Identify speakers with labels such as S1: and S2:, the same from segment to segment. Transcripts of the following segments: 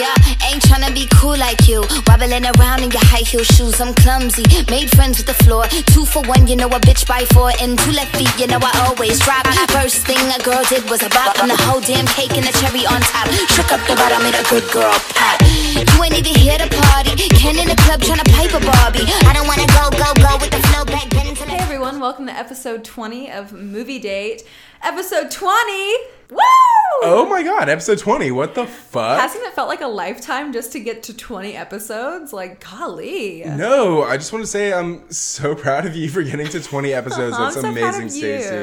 S1: Yeah, ain't tryna be cool like you. Wobbling around in your high heel shoes, I'm clumsy. Made friends with the floor. Two for one, you know a bitch by four. And two left feet, you know I always drop. First thing a girl did was a bop. I'm the whole damn cake and the cherry on top. Shook up the bottom, made a good girl pop. You ain't even here to party. Ken in the club tryna pipe a Barbie. I don't wanna go, go, go with the flow back then until
S2: Hey everyone, welcome to episode 20 of Movie Date. Episode 20! Woo!
S3: Oh my god, episode 20. What the fuck?
S2: Hasn't it felt like a lifetime just to get to 20 episodes? Like, golly.
S3: no, I just want to say I'm so proud of you for getting to 20
S2: Aw,
S3: episodes.
S2: Uh-huh, I'm
S3: That's
S2: so proud
S3: amazing,
S2: of
S3: Stacey.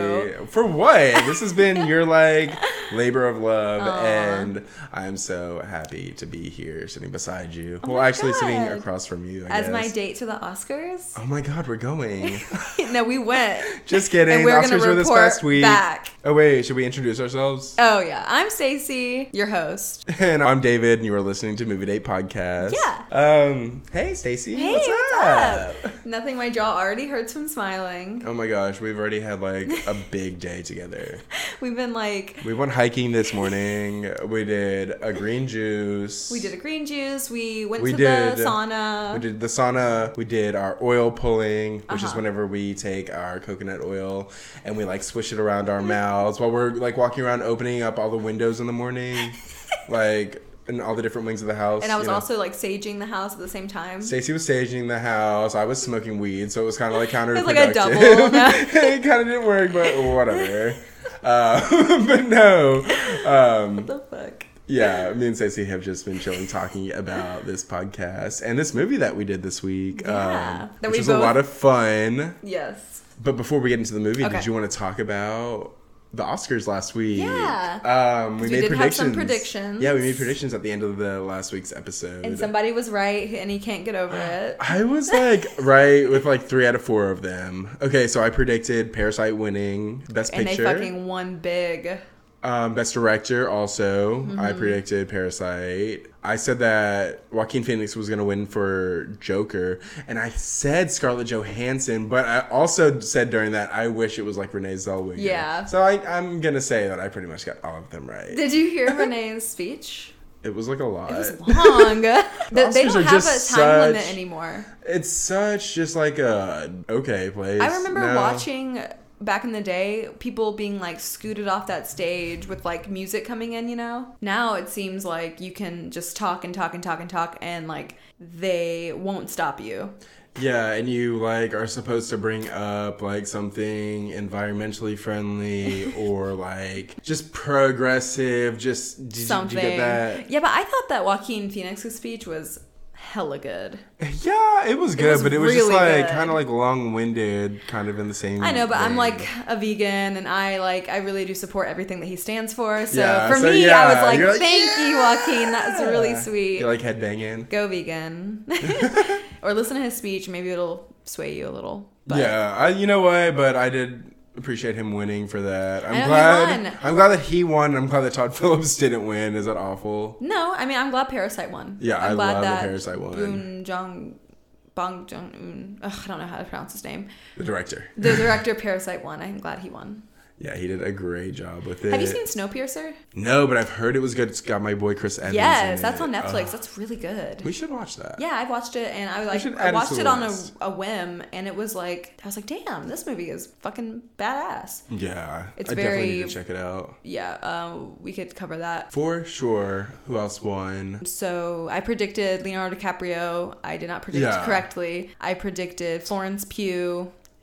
S2: you.
S3: For what? This has been your like labor of love and I'm so happy to be here sitting beside you. well,
S2: Oh my
S3: actually sitting
S2: God.
S3: across from you, I
S2: As my
S3: guess.
S2: date to the Oscars?
S3: Oh my god, we're going.
S2: no, we went.
S3: Oh. Just kidding.
S2: And we're gonna
S3: Oscars were this
S2: report
S3: past week.
S2: back.
S3: Oh wait, should we introduce ourselves?
S2: Oh yeah, I'm Stacey, your host.
S3: And I'm David, and you are listening to Movie Date Podcast.
S2: Yeah.
S3: Um. Hey, Stacey.
S2: Hey,
S3: what's, up?
S2: Nothing my jaw already hurts from smiling.
S3: Oh my gosh, we've already had like a big day together.
S2: We've been like
S3: We went hiking this morning. We did a green juice.
S2: we did a green juice, we went
S3: We
S2: to the
S3: did.
S2: sauna.
S3: We did the sauna. We did our oil pulling, which is
S2: Uh-huh.
S3: whenever we take our coconut oil and we like swish it around
S2: Mm-hmm.
S3: our mouths while we're like walking around, opening up all the windows in the morning, like and all the different wings of the house.
S2: and I was
S3: you know.
S2: also like saging the house at the same time.
S3: Stacey was staging the house. I was smoking weed, so it was kind of like
S2: was
S3: counterproductive.
S2: like a double,
S3: it kind of didn't work, but whatever. Uh, but no, um,
S2: what the fuck?
S3: yeah, me and Stacey have just been chilling, talking about this podcast and this movie that we did this week,
S2: Yeah,
S3: um,
S2: that
S3: which
S2: we
S3: was a
S2: both-
S3: lot of fun.
S2: Yes.
S3: But before we get into the movie,
S2: Okay.
S3: did you want to talk about the Oscars last week?
S2: Yeah.
S3: um, we,
S2: we
S3: made
S2: did have
S3: predictions.
S2: some predictions.
S3: Yeah, we made predictions at the end of the last week's episode.
S2: And somebody was right and he can't get over it.
S3: I was like right with like three out of four of them. Okay, so I predicted Parasite winning Best
S2: And
S3: Picture,
S2: they fucking won big.
S3: um, Best Director. Also,
S2: Mm-hmm.
S3: I predicted Parasite. I said that Joaquin Phoenix was gonna win for Joker, and I said Scarlett Johansson, but I also said during that I wish it was like Renee Zellweger.
S2: Yeah.
S3: So I, I'm gonna say that I pretty much got all of them right.
S2: Did you hear Renee's speech?
S3: it was like a lot.
S2: It was long. they they
S3: Oscars
S2: don't
S3: are
S2: have a time
S3: just
S2: limit
S3: such-
S2: anymore.
S3: it's such just like a okay place.
S2: I remember
S3: No.
S2: watching back in the day people being like scooted off that stage with like music coming in, you know? Now it seems like you can just talk and talk and talk and talk and like they won't stop you.
S3: Yeah, and you like are supposed to bring up like something environmentally friendly or like just progressive. Just did,
S2: Something.
S3: You, did you get
S2: Yeah, but I thought that Joaquin Phoenix's speech was hella good.
S3: that? Yeah, it was good,
S2: was
S3: but it was just
S2: really
S3: like
S2: good.
S3: kind of like long winded, kind of in the same.
S2: I know, but I'm
S3: vein.
S2: like a vegan and I like I really do support everything that he stands for. So
S3: Yeah,
S2: for
S3: so
S2: me
S3: yeah,
S2: I was like,
S3: you're like,
S2: Thank you, Joaquin, that's really
S3: Yeah.
S2: sweet.
S3: You like headbanging?
S2: go vegan or listen to his speech maybe it'll sway you a little but
S3: Yeah, I, you know what? But I did appreciate him winning for that. I'm
S2: know he
S3: glad.
S2: won.
S3: I'm glad that he won. and I'm glad that Todd Phillips didn't win. Is that awful?
S2: no i mean i'm glad parasite won
S3: Yeah,
S2: i'm
S3: I love that Parasite won.
S2: boon jong bong jong un ugh, i don't know how to pronounce his name
S3: The director.
S2: the director of parasite won i'm glad he won
S3: Yeah, he did a great job with it.
S2: have you seen snowpiercer
S3: No, but I've heard it was good. It's got my boy Chris Evans.
S2: yes
S3: in
S2: that's
S3: it.
S2: on netflix
S3: Ugh.
S2: that's really good
S3: we should watch that.
S2: yeah i've watched it and i like
S3: should
S2: i
S3: add it to
S2: watched
S3: the
S2: it on a,
S3: list.
S2: a whim and it was like i was like damn this movie is fucking badass
S3: Yeah,
S2: It's
S3: I definitely need
S2: very-
S3: to check it out
S2: yeah uh, we could cover that
S3: for sure. Who else won?
S2: So I predicted Leonardo DiCaprio. I did not predict
S3: Yeah.
S2: correctly. I predicted Florence Pugh.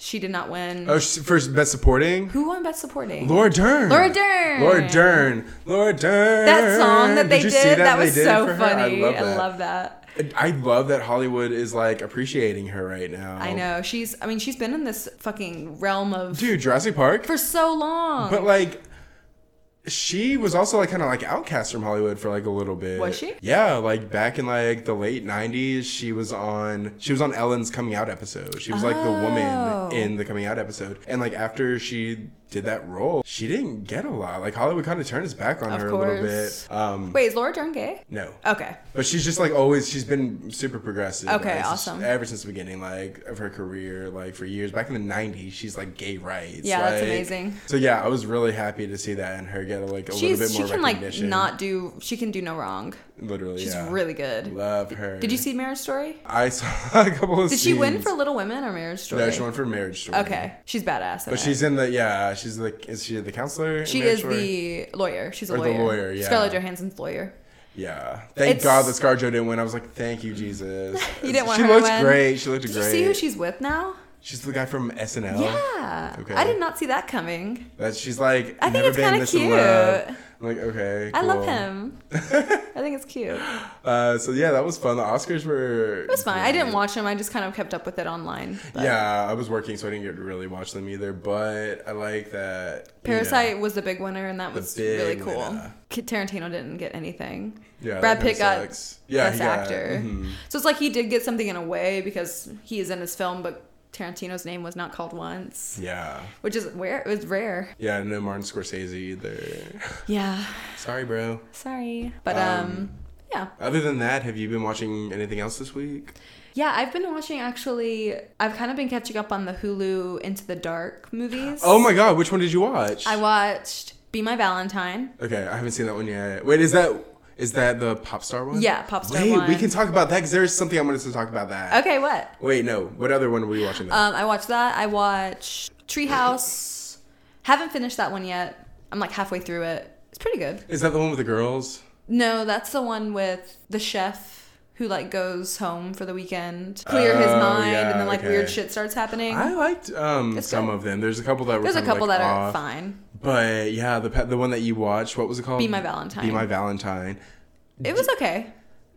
S2: She did not win.
S3: Oh, sh- first best supporting.
S2: Who won Best Supporting?
S3: Laura Dern.
S2: Laura Dern.
S3: Laura Dern. Laura Dern.
S2: That song that they
S3: you
S2: did,
S3: see
S2: that,
S3: they
S2: was
S3: did
S2: so
S3: for her?
S2: funny.
S3: I love that.
S2: that.
S3: I love that Hollywood is like appreciating her right now.
S2: I know. She's, I mean, she's been in this fucking realm of
S3: dude. Jurassic Park.
S2: for so long.
S3: But like, she was also like kind of like outcast from Hollywood for like a little bit.
S2: Was she?
S3: Yeah, like back in like the late '90s, she was on she was on Ellen's coming out episode. She was like the
S2: Oh.
S3: woman in the coming out episode, and like after she did that role, she didn't get a lot. Like Hollywood kind of turned its back on
S2: Of
S3: her a little
S2: course.
S3: bit. Um,
S2: Wait, is Laura Dern gay?
S3: no.
S2: Okay.
S3: But she's just like always. She's been super progressive.
S2: Okay,
S3: right? Since-
S2: awesome.
S3: Ever since the beginning, like of her career, like for years back in the '90s, she's like gay rights.
S2: Yeah, that's
S3: like-
S2: amazing.
S3: So yeah, I was really happy to see that and her get like a little bit
S2: She's she
S3: more
S2: can like
S3: recognition.
S2: not do she can do no wrong.
S3: literally.
S2: She's
S3: yeah.
S2: really good.
S3: love her.
S2: Did you see Marriage Story?
S3: I saw a couple of.
S2: Did she win
S3: scenes.
S2: for Little Women or Marriage Story?
S3: No, she won for Marriage Story.
S2: Okay, she's badass. in it.
S3: But she's in the yeah. She's the is she the counselor? in
S2: she
S3: Marriage
S2: is
S3: Story?
S2: the lawyer. She's a
S3: Or the
S2: lawyer.
S3: lawyer, yeah.
S2: Scarlett Johansson's lawyer.
S3: yeah. Thank
S2: It's-
S3: God that ScarJo didn't win. I was like, thank you Jesus.
S2: You didn't want
S3: she
S2: her to
S3: looked
S2: win?
S3: great. She looked
S2: Did
S3: great.
S2: you see who she's with now?
S3: she's the guy from SNL.
S2: Yeah.
S3: Okay.
S2: I did not see that coming.
S3: That she's like
S2: I think
S3: never
S2: it's
S3: been
S2: kinda
S3: this in love. I'm like okay,
S2: I love
S3: cool.
S2: him. I think it's cute.
S3: Uh, so yeah, that was fun. The Oscars were.
S2: It was fine. I didn't watch him. I just kind of kept up with it online. but
S3: Yeah, I was working, so I didn't get to really watch them either. But I like that. uh, you know,
S2: Parasite was the big winner, and that was
S3: big
S2: really cool.
S3: winner.
S2: K- Tarantino didn't get anything.
S3: yeah,
S2: Brad
S3: that kinda
S2: Pitt got
S3: sucks. yeah,
S2: Best
S3: he got-
S2: actor.
S3: mhm.
S2: So it's like he did get something in a way because he is in his film, but Tarantino's name was not called once,
S3: Yeah,
S2: which is where it was rare.
S3: yeah, no Martin Scorsese either.
S2: Yeah.
S3: Sorry, bro.
S2: Sorry. But um, yeah.
S3: Other than that, have you been watching anything else this week?
S2: Yeah, I've been watching actually I've kind of been catching up on the Hulu Into the Dark movies.
S3: Oh my god, which one did you watch?
S2: I watched Be My Valentine.
S3: okay, I haven't seen that one yet. Wait, is that is that the pop star one?
S2: Yeah, pop star
S3: Wait, we
S2: one.
S3: can talk about that because there's something I wanted to talk about that.
S2: Okay, what?
S3: Wait, no. What other one were you watching? Then?
S2: Um, I watched that. I watched Treehouse. Haven't finished that one yet. I'm like halfway through it. It's pretty good.
S3: Is that the one with the girls?
S2: No, that's the one with the chef who like goes home for the weekend, clear his
S3: Oh,
S2: mind,
S3: yeah,
S2: and then like
S3: okay.
S2: weird shit starts happening.
S3: I liked um,
S2: It's
S3: some
S2: good.
S3: of them. There's a couple that were
S2: There's a
S3: kinda,
S2: couple
S3: like,
S2: that are
S3: off.
S2: fine.
S3: But yeah, the pe- the one that you watched, what was it called?
S2: Be My Valentine.
S3: Be my Valentine.
S2: It was okay.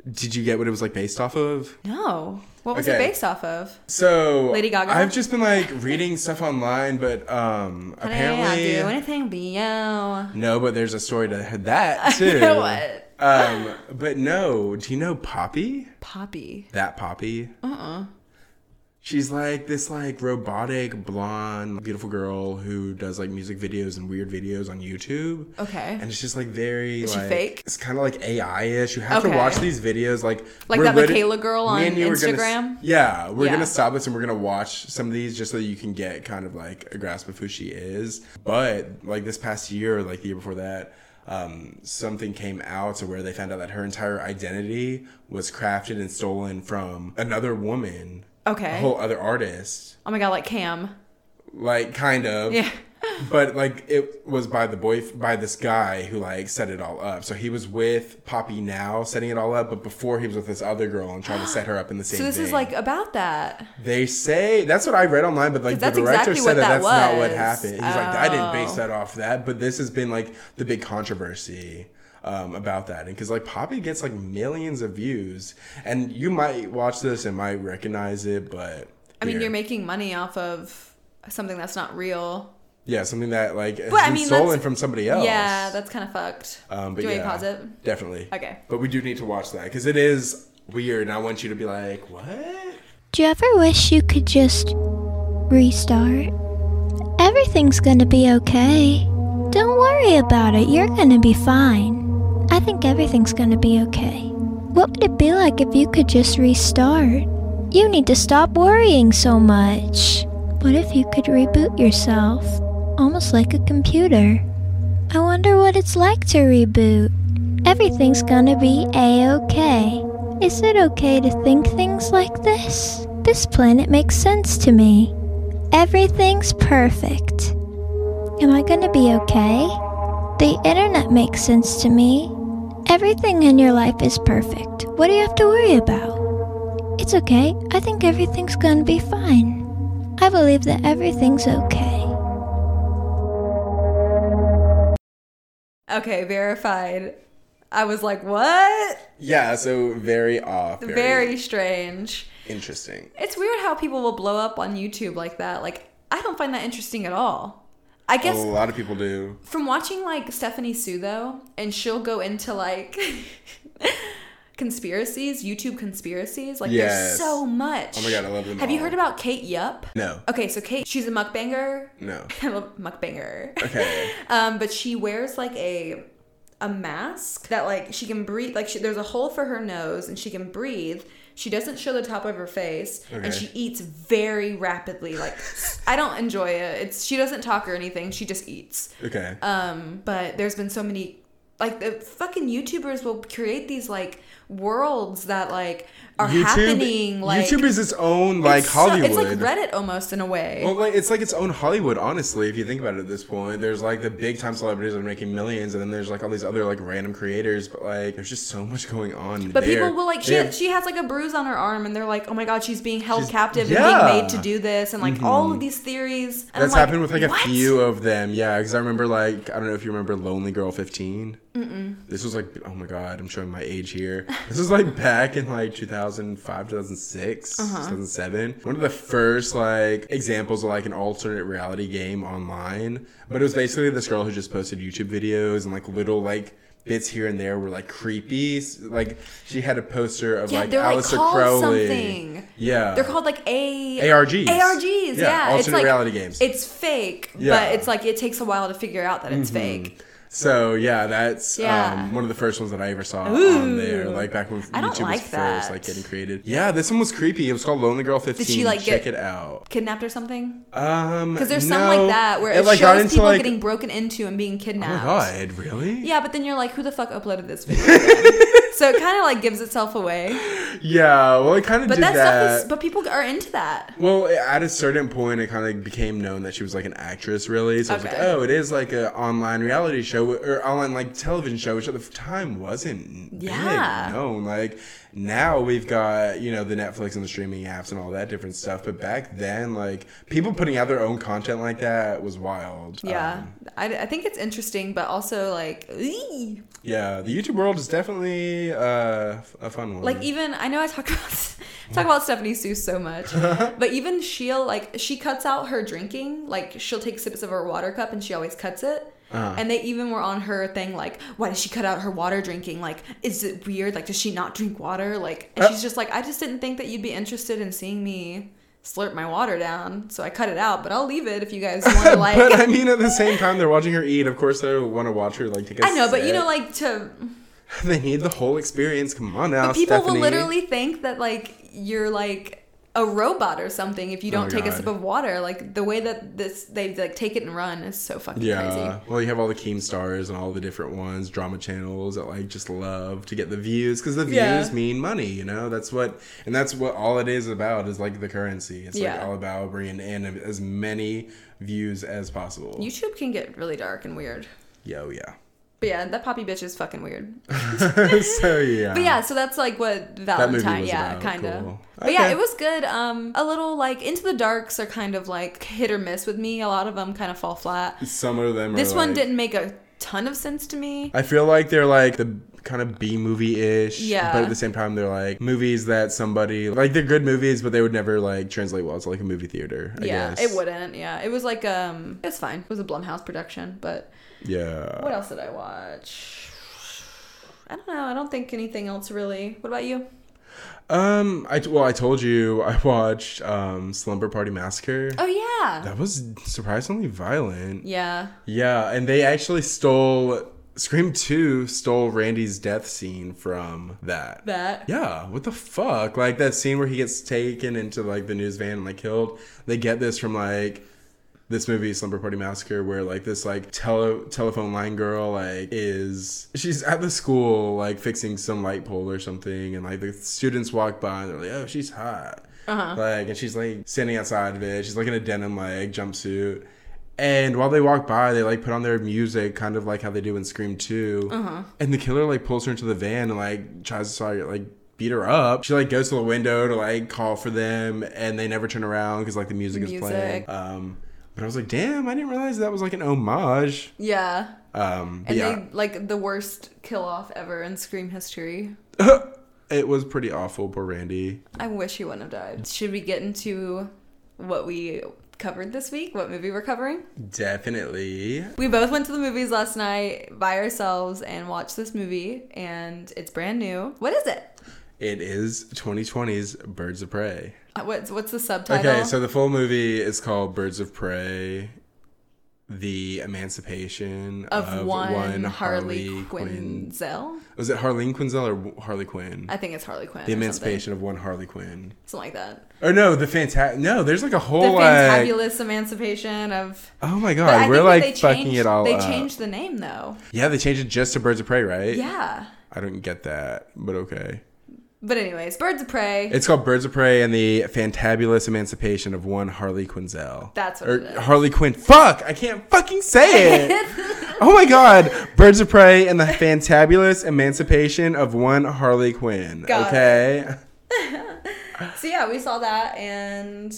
S3: Did you get what it was like based off of?
S2: No. What was it
S3: Okay.
S2: based off of?
S3: So
S2: Lady Gaga?
S3: I've just been like reading stuff online, but um apparently
S2: Hey, I'll do anything but you.
S3: no. But there's a story to that too.
S2: What?
S3: Um, but no. Do you know Poppy?
S2: Poppy.
S3: That Poppy.
S2: Uh uh
S3: She's like this like robotic blonde beautiful girl who does like music videos and weird videos on YouTube.
S2: Okay.
S3: And it's just like very
S2: Is she
S3: like
S2: fake?
S3: it's kind of like AI-ish. You have to
S2: Okay.
S3: watch these videos like
S2: Like
S3: we're
S2: that
S3: lit-
S2: Michaela girl
S3: me
S2: on
S3: and you are gonna s-
S2: Instagram?
S3: yeah, we're
S2: Yeah.
S3: going to stop this and we're going to watch some of these just so you can get kind of like a grasp of who she is. But like this past year or like the year before that, um, something came out to where they found out that her entire identity was crafted and stolen from another woman
S2: Okay.
S3: a whole other artist,
S2: Oh my god, like Cam.
S3: like kind of.
S2: Yeah.
S3: But like it was by the boy by this guy who like set it all up. So he was with Poppy now setting it all up, but before he was with this other girl and trying to set her up in the same.
S2: So this is
S3: thing.
S2: like about that.
S3: they say that's what I read online, but like the
S2: That's
S3: director
S2: exactly
S3: said
S2: what
S3: that,
S2: that
S3: that's not what
S2: was.
S3: happened. He's like, I didn't base
S2: Oh.
S3: that off that, but this has been like the big controversy. Um, about that, and because like Poppy gets like millions of views, and you might watch this and might recognize it, but
S2: I mean,
S3: here.
S2: you're making money off of something that's not real.
S3: Yeah, something that like has
S2: But, I
S3: been
S2: mean,
S3: stolen
S2: that's-
S3: from somebody else.
S2: Yeah, that's kind of fucked.
S3: Um, but
S2: Do you
S3: yeah,
S2: want me to pause
S3: Definitely.
S2: Okay.
S3: But we do need to watch that because it is weird, and I want you to be like, "What?"
S4: Do you ever wish you could just restart? Everything's gonna be okay. Don't worry about it, you're gonna be fine. I think everything's gonna be okay. What would it be like if you could just restart? You need to stop worrying so much. What if you could reboot yourself? Almost like a computer. I wonder what it's like to reboot. Everything's gonna be a okay. Is it okay to think things like this? This planet makes sense to me. Everything's perfect. Am I gonna be okay? The internet makes sense to me. Everything in your life is perfect. What do you have to worry about? It's okay. I think everything's gonna be fine. I believe that everything's okay.
S2: it. Okay, verified. I was like, what?
S3: Yeah. So very off. Very,
S2: Very, strange.
S3: interesting.
S2: It's weird how people will blow up on YouTube like that. Like, I don't find that interesting at all. I guess
S3: a lot of people do.
S2: from watching like Stephanie Sue though, and she'll go into like conspiracies, YouTube conspiracies. Like
S3: Yes.
S2: there's so much.
S3: Oh my God, I love them
S2: Have you
S3: all.
S2: heard about Kate Yupp?
S3: No.
S2: Okay, so Kate, she's a mukbanger.
S3: No.
S2: I love mukbanger.
S3: Okay.
S2: Um, but she wears like a a mask that like she can breathe. Like she, there's a hole for her nose, and she can breathe. She doesn't show the top of her face,
S3: Okay.
S2: and she eats very rapidly. Like I don't enjoy it. It's she doesn't talk or anything. She just eats.
S3: Okay.
S2: Um, but there's been so many like the fucking YouTubers will create these like worlds that like are happening. Like
S3: YouTube is its own like
S2: it's so-
S3: Hollywood.
S2: It's like Reddit almost in a way.
S3: Well, like, it's like its own Hollywood, honestly, if you think about it at this point. There's like the big time celebrities that are making millions, and then there's like all these other like random creators, but like there's just so much going on.
S2: But
S3: there.
S2: people will like she,
S3: They have-
S2: she has like a bruise on her arm and they're like, oh my god, she's being held
S3: She's-
S2: captive and
S3: yeah. Mm-hmm.
S2: being made to do this and like all of these theories. And I'm
S3: That's
S2: like,
S3: happened with like a
S2: "What?"
S3: few of them, yeah. Because I remember like I don't know if you remember Lonely Girl 15. Mm-mm. This was like oh my god, I'm showing my age here. This was like back in like 2005, 2006,
S2: Uh-huh.
S3: 2007. One of the first like examples of like an alternate reality game online, but it was basically this girl who just posted YouTube videos and like little like. Bits here and there were like creepy. s- Like she had a poster of
S2: Yeah,
S3: like
S2: they're, like,
S3: Alistair
S2: called
S3: Crowley.
S2: something.
S3: Yeah,
S2: They're called like A ARGs,
S3: ARGs. Yeah,
S2: yeah. it's
S3: alternate
S2: like,
S3: reality games.
S2: It's fake,
S3: Yeah. Mm-hmm.
S2: but it's like it takes a while to figure out that it's fake.
S3: So yeah, that's
S2: Yeah.
S3: Um, one of the first ones that I ever saw on there. Like back when
S2: I don't
S3: YouTube was
S2: like
S3: first,
S2: that.
S3: like getting created. Yeah, this one was creepy. It was called Lonely Girl Fifteen.
S2: she, like,
S3: check
S2: get-
S3: it out?
S2: Kidnapped or something?
S3: Um,
S2: Because there's
S3: no.
S2: some like that where it,
S3: like, got
S2: shows
S3: into,
S2: people
S3: like-
S2: getting broken into and being
S3: Oh my
S2: kidnapped.
S3: god, really?
S2: Yeah, but then you're like, who the fuck uploaded this video? then? so it kind of like gives itself away.
S3: Yeah, Well, it kind of
S2: But
S3: did
S2: that,
S3: that.
S2: stuff is. But people are into that.
S3: Well, at a certain point, it kind of became known that she was like an actress, really. So I was like,
S2: Okay.
S3: oh, it is like an online reality show or online like television show, which at the time wasn't
S2: Yeah.
S3: big known. Like now we've got you know the Netflix and the streaming apps and all that different stuff, but back then, like people putting out their own content like that was wild.
S2: Yeah,
S3: Um,
S2: I, I think it's interesting, but also like, eee.
S3: yeah. The YouTube world is definitely uh, a fun one.
S2: like e- even I know I talk about talk about Stephanie Sue so much, but even she'll like she cuts out her drinking. Like she'll take sips of her water cup, and she always cuts it.
S3: Uh-huh.
S2: And they even were on her thing like, why does she cut out her water drinking? Like, is it weird? Like, does she not drink water? Like,
S3: Uh,
S2: and she's just like, I just didn't think that you'd be interested in seeing me slurp my water down, so I cut it out. But I'll leave it if you guys want to like.
S3: but I mean, at the same time, they're watching her eat. Of course, they want to watch her like take a
S2: I know, but you
S3: sip.
S2: know, like to
S3: They need the whole experience. Come on now,
S2: But people
S3: Stephanie.
S2: will literally think that like you're like a robot or something if you don't
S3: my
S2: take
S3: Oh, God.
S2: a sip of water. Like the way that this they like take it and run is so fucking
S3: Yeah.
S2: crazy.
S3: Well, you have all the Keemstars and all the different ones, drama channels that like just love to get the views because the views
S2: Yeah.
S3: mean money. You know, that's what, and that's what all it is about is like the currency. It's like
S2: Yeah.
S3: all about bringing in as many views as possible.
S2: YouTube can get really dark and weird.
S3: Yo, yeah.
S2: But yeah, that poppy bitch is fucking weird.
S3: so yeah.
S2: But yeah, so that's like what
S3: movie
S2: Valentine,
S3: was
S2: yeah,
S3: about.
S2: kind of.
S3: Cool.
S2: But yeah,
S3: Okay.
S2: it was good. Um, a little like Into the Darks are kind of like hit or miss with me. A lot of them kind of fall flat.
S3: Some of them.
S2: This
S3: are
S2: one
S3: like-
S2: didn't make a ton of sense to me.
S3: I feel like they're like the kind of B movie ish.
S2: Yeah.
S3: But at the same time, they're like movies that somebody like they're good movies, but they would never like translate well to like a movie theater. I
S2: yeah,
S3: guess.
S2: it wouldn't. Yeah, it was like um, it's fine. It was a Blumhouse production, but
S3: Yeah.
S2: what else did I watch? I don't know. I don't think anything else really. What about you?
S3: Um, I well, I told you I watched um Slumber Party Massacre.
S2: Oh yeah,
S3: That was surprisingly violent.
S2: yeah.
S3: Yeah, and they actually stole Scream Two stole Randy's death scene from that.
S2: That
S3: Yeah, what the fuck? Like that scene where he gets taken into like the news van and like killed. They get this from like this movie Slumber Party Massacre where like this like tele- telephone line girl like is she's at the school like fixing some light pole or something and like the students walk by and they're like, "Oh, she's hot." Like and she's like standing outside of it. She's like in a denim like jumpsuit. And while they walk by, they like put on their music, kind of like how they do in Scream 2 And the killer like pulls her into the van and like tries to like beat her up. She like goes to the window to like call for them, and they never turn around because like the music, is
S2: Music.
S3: playing. Um, but I was like, damn, I didn't realize that was like an homage.
S2: yeah.
S3: Um, but
S2: And
S3: yeah,
S2: they like the worst kill off ever in Scream history.
S3: it was pretty awful. Poor Randy.
S2: I wish he wouldn't have died. Should we get into what we covered this week, what movie we're covering.
S3: Definitely.
S2: We both went to the movies last night by ourselves and watched this movie, and it's brand new. What is it?
S3: It is 2020's Birds of Prey.
S2: Uh, What's what's the subtitle?
S3: Okay, so the full movie is called Birds of Prey. The Emancipation
S2: of,
S3: of,
S2: one, Harley,
S3: Quinn.
S2: Quinzel.
S3: Was it Harlene Quinzel or Harley Quinn?
S2: I think it's Harley Quinn.
S3: the
S2: or something.
S3: Emancipation of one Harley Quinn.
S2: something like that.
S3: Oh no, the fantastic. No, there's like a
S2: The
S3: whole like.
S2: fantabulous emancipation of.
S3: Oh my
S2: But I
S3: god,
S2: think
S3: we're
S2: that
S3: like
S2: they
S3: fucking
S2: changed-
S3: it all
S2: They
S3: up.
S2: changed the name though.
S3: Yeah, they changed it just to Birds of Prey, right?
S2: Yeah.
S3: I don't get that, but okay.
S2: But anyways, Birds of Prey.
S3: It's called Birds of Prey and the Fantabulous Emancipation of One Harley Quinzel.
S2: That's what
S3: or
S2: it is.
S3: Harley Quinn. Fuck! I can't fucking say it. oh my god, Birds of Prey and the Fantabulous Emancipation of One Harley Quinn.
S2: Got it.
S3: okay.
S2: so yeah, we saw that, and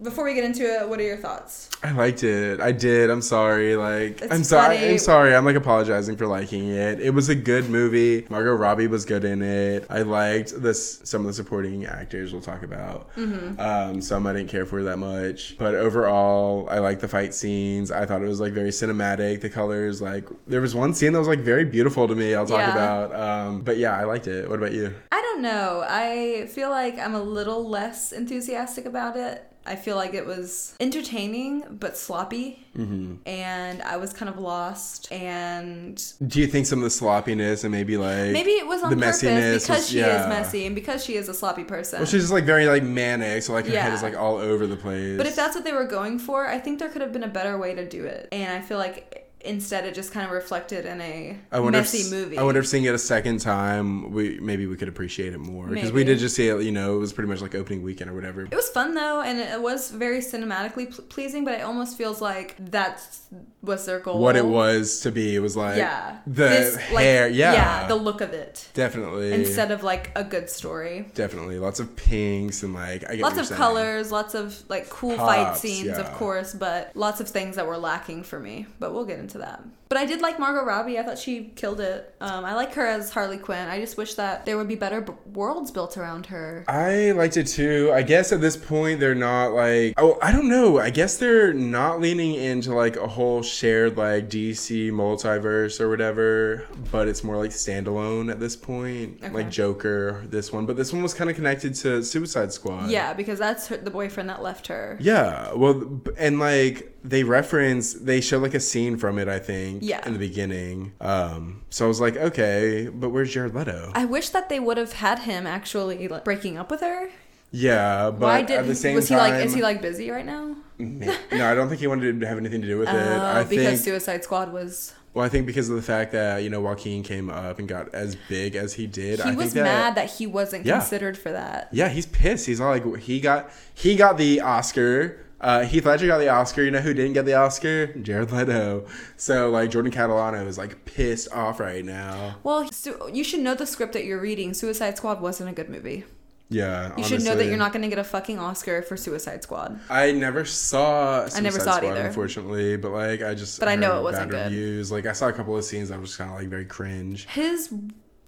S2: before we get into it, what are your thoughts?
S3: I liked it. I did. I'm sorry. Like
S2: It's
S3: I'm sorry.
S2: funny.
S3: I'm sorry. I'm like apologizing for liking it. It was a good movie. Margot Robbie was good in it. I liked this. Some of the supporting actors we'll talk about.
S2: Mm-hmm.
S3: Um, some I didn't care for that much, but overall, I liked the fight scenes. I thought it was like very cinematic. The colors, like there was one scene that was like very beautiful to me. I'll talk
S2: Yeah.
S3: about. Um, but yeah, I liked it. What about you?
S2: I don't know. I feel like I'm a little less enthusiastic about it. I feel like it was entertaining but sloppy,
S3: Mm-hmm.
S2: and I was kind of lost. And
S3: Do you think some of the sloppiness and maybe like
S2: maybe it was on
S3: the
S2: purpose
S3: messiness
S2: because
S3: was-
S2: she
S3: yeah.
S2: is messy and because she is a sloppy person.
S3: Well, she's just like very like manic, so like her head
S2: Yeah.
S3: is like all over the place.
S2: But if that's what they were going for, I think there could have been a better way to do it. And I feel like instead it just kind of reflected in a
S3: I wonder
S2: messy
S3: if,
S2: movie.
S3: I wonder if seeing it a second time, we maybe we could appreciate it more because we
S2: Maybe.
S3: did just see it. You know, it was pretty much like opening weekend or whatever.
S2: it was fun though, and it was very cinematically pl- pleasing. But it almost feels like that's was their goal.
S3: What it was to be, it was like
S2: yeah,
S3: the
S2: This, like,
S3: hair, yeah,
S2: the look of it
S3: definitely,
S2: instead of like a good story.
S3: definitely, lots of pinks and like I get
S2: Lots
S3: what you're
S2: of
S3: saying.
S2: colors, lots of like cool fight
S3: Pops,
S2: scenes, of
S3: yeah.
S2: course, but lots of things that were lacking for me. But we'll get into that. But I did like Margot Robbie. I thought she killed it. Um, I like her as Harley Quinn. I just wish that there would be better b- worlds built around her.
S3: I liked it too. I guess at this point they're not like oh I don't know. I guess they're not leaning into like a whole shared like DC multiverse or whatever, but it's more like standalone at this point. Like Joker, this one, but this one was kind of connected to Suicide Squad.
S2: Yeah, because that's her, the boyfriend that left her.
S3: Yeah. Well, b- and like they reference, they show like a scene from it, I think.
S2: Yeah.
S3: In the beginning. Um. So I was like, okay, but where's Jared Leto?
S2: I wish that they would have had him actually like, breaking up with her.
S3: yeah, but
S2: Why
S3: at
S2: didn't?
S3: the same
S2: was he
S3: time,
S2: like? Is he like busy right now?
S3: Man, no, I don't think he wanted to have anything to do with it.
S2: Oh,
S3: I
S2: because
S3: think,
S2: Suicide Squad was.
S3: well, I think because of the fact that you know Joaquin came up and got as big as he did.
S2: He
S3: I
S2: was
S3: think that,
S2: mad that he wasn't
S3: Yeah.
S2: considered for that.
S3: Yeah, he's pissed. He's all like, he got he got the Oscar. Uh, Heath Ledger got the Oscar. You know who didn't get the Oscar? Jared Leto. So like Jordan Catalano is like pissed off right now.
S2: Well, so you should know the script that you're reading. Suicide Squad wasn't a good movie.
S3: Yeah,
S2: You should know that you're not going to get a fucking Oscar for Suicide Squad.
S3: I never saw. Suicide
S2: never saw it
S3: Squad,
S2: either.
S3: unfortunately. But like, I just.
S2: But I know
S3: heard
S2: it wasn't
S3: bad
S2: good.
S3: Reviews. Like, I saw a couple of scenes that was kind of like very cringe.
S2: His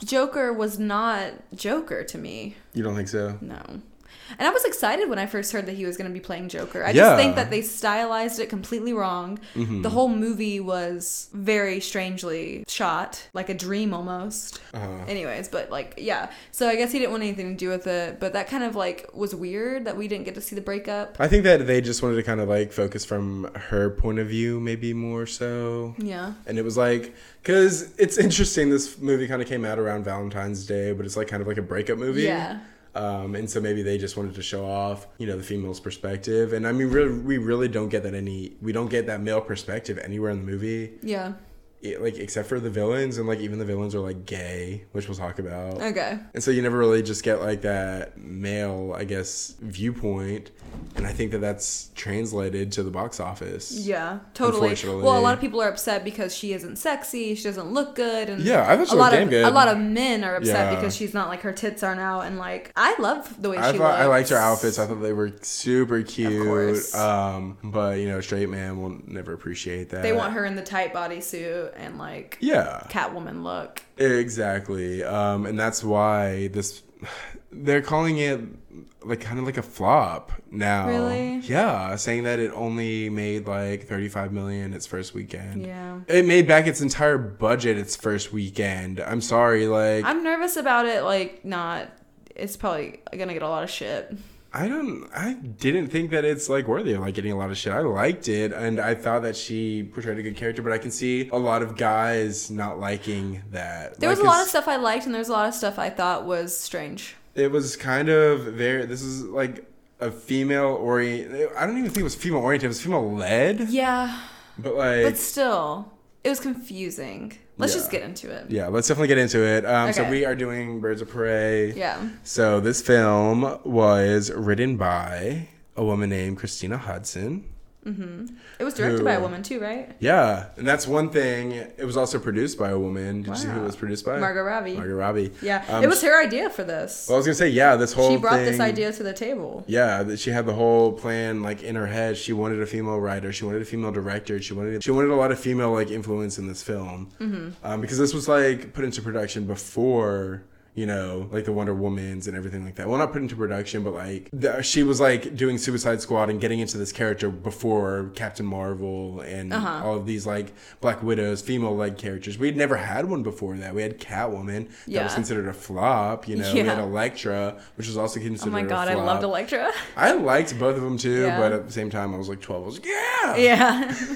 S2: Joker was not Joker to me.
S3: You don't think so?
S2: No. And I was excited when I first heard that he was going to be playing Joker. I
S3: Yeah. Mm-hmm.
S2: just think that they stylized it completely wrong. The whole movie was very strangely shot, like a dream almost.
S3: Uh-huh.
S2: Anyways, but like, yeah. So I guess he didn't want anything to do with it. But that kind of like was weird that we didn't get to see the breakup.
S3: I think that they just wanted to kind of like focus from her point of view, maybe more so.
S2: Yeah.
S3: And it was like, because it's interesting, this movie kind of came out around Valentine's Day, but it's like kind of like a breakup movie.
S2: Yeah.
S3: Um, and so maybe they just wanted to show off, you know, the female's perspective. And I mean, really, we really don't get that any, we don't get that male perspective anywhere in the movie,
S2: Yeah.
S3: it, like except for the villains. And like even the villains are like gay, which we'll talk about.
S2: Okay.
S3: And so you never really just get like that male, I guess, viewpoint. And I think that that's translated to the box office.
S2: Yeah, totally.
S3: Unfortunately.
S2: Well, a lot of people are upset because she isn't sexy, she doesn't look good, and
S3: Yeah, I thought she
S2: a lot
S3: looked damn
S2: of
S3: good.
S2: a lot of men are upset
S3: Yeah.
S2: because she's not like her tits aren't out, and like I love the way
S3: I
S2: she
S3: thought
S2: looks.
S3: I liked her outfits. I thought they were super cute.
S2: course.
S3: Um, but you know, a straight man will never appreciate that.
S2: They want her in the tight bodysuit and like
S3: Yeah.
S2: Catwoman look.
S3: Exactly. Um, and that's why this they're calling it like kind of like a flop now.
S2: Really?
S3: Yeah, saying that it only made like 35 million its first weekend.
S2: Yeah.
S3: It made back its entire budget its first weekend. I'm sorry, like
S2: I'm nervous about it. Like, not. It's probably gonna get a lot of shit.
S3: I don't. I didn't think that it's like worthy of like getting a lot of shit. I liked it, and I thought that she portrayed a good character. But I can see a lot of guys not liking that.
S2: There was a
S3: Like,
S2: lot of
S3: it's-
S2: stuff I liked, and there was a lot of stuff I thought was strange.
S3: It was kind of very. This is like a female orient. I don't even think it was female oriented. It was female led.
S2: Yeah,
S3: But like,
S2: but still, it was confusing. Let's just
S3: Yeah.
S2: get into it.
S3: yeah, let's definitely get into it. Um, So
S2: Okay.
S3: we are doing Birds of Prey.
S2: Yeah.
S3: So this film was written by a woman named Christina Hudson.
S2: It was directed by a
S3: Who-
S2: woman too, right?
S3: Yeah, and that's one thing. It was also produced by a woman. Did you see who it
S2: Wow.
S3: was produced by?
S2: Margot Robbie.
S3: Margot Robbie.
S2: Yeah,
S3: Um,
S2: it was her idea for this.
S3: Well, I was gonna say yeah. This whole
S2: she brought this
S3: thing-
S2: idea to the table.
S3: Yeah, that she had the whole plan like in her head. She wanted a female writer. She wanted a female director. She wanted she wanted a lot of female like influence in this film mm-hmm. um, because this was like put into production before. You know, like the Wonder Woman's and everything like that. Well, not put into production, but like the, she was like doing Suicide Squad and getting into this character before Captain Marvel and
S2: Uh-huh.
S3: all of these like Black Widows, female led characters. We'd never had one before that. We had Catwoman that was
S2: Yeah.
S3: considered a flop. You know, we
S2: Yeah.
S3: had Elektra, which was also considered.
S2: Oh my
S3: a
S2: god, I loved
S3: flop.
S2: Electra.
S3: I liked both of them too,
S2: Yeah.
S3: but at the same time, I was like 12. I was like, yeah!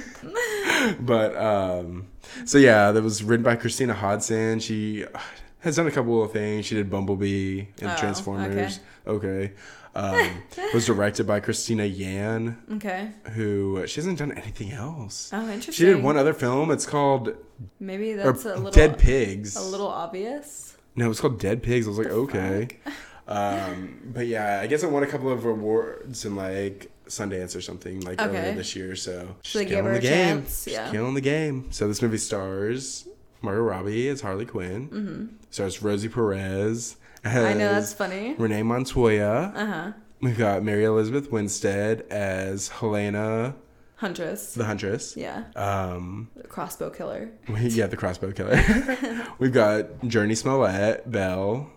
S2: yeah.
S3: But, um, so yeah, that was written by Christina Hodson. She uh, has done a couple of things. She did Bumblebee and
S2: Oh,
S3: Transformers. Okay. Um, was directed by Christina Yan,
S2: okay.
S3: who uh, she hasn't done anything else.
S2: Oh,
S3: She did
S2: interesting.
S3: one other film. It's called
S2: Maybe
S3: or
S2: that's a little
S3: Dead Pigs.
S2: a little obvious.
S3: No, it's called Dead Pigs. I was like, okay. Um, but yeah, I guess I won a couple of awards in like Sundance or something like earlier
S2: Okay.
S3: this year. So she's
S2: they gave
S3: killing
S2: her
S3: the
S2: a
S3: game.
S2: chance,
S3: She's
S2: yeah.
S3: killing the game. So this movie stars Margot Robbie as Harley Quinn. Mm-hmm. Stars Rosie Perez. As
S2: I know that's funny.
S3: Renee Montoya.
S2: Uh huh.
S3: We've got Mary Elizabeth Winstead as Helena
S2: Huntress.
S3: the Huntress.
S2: Yeah.
S3: Um,
S2: Crossbow killer.
S3: we- yeah, the crossbow killer. We've got Journey Smollett, Belle,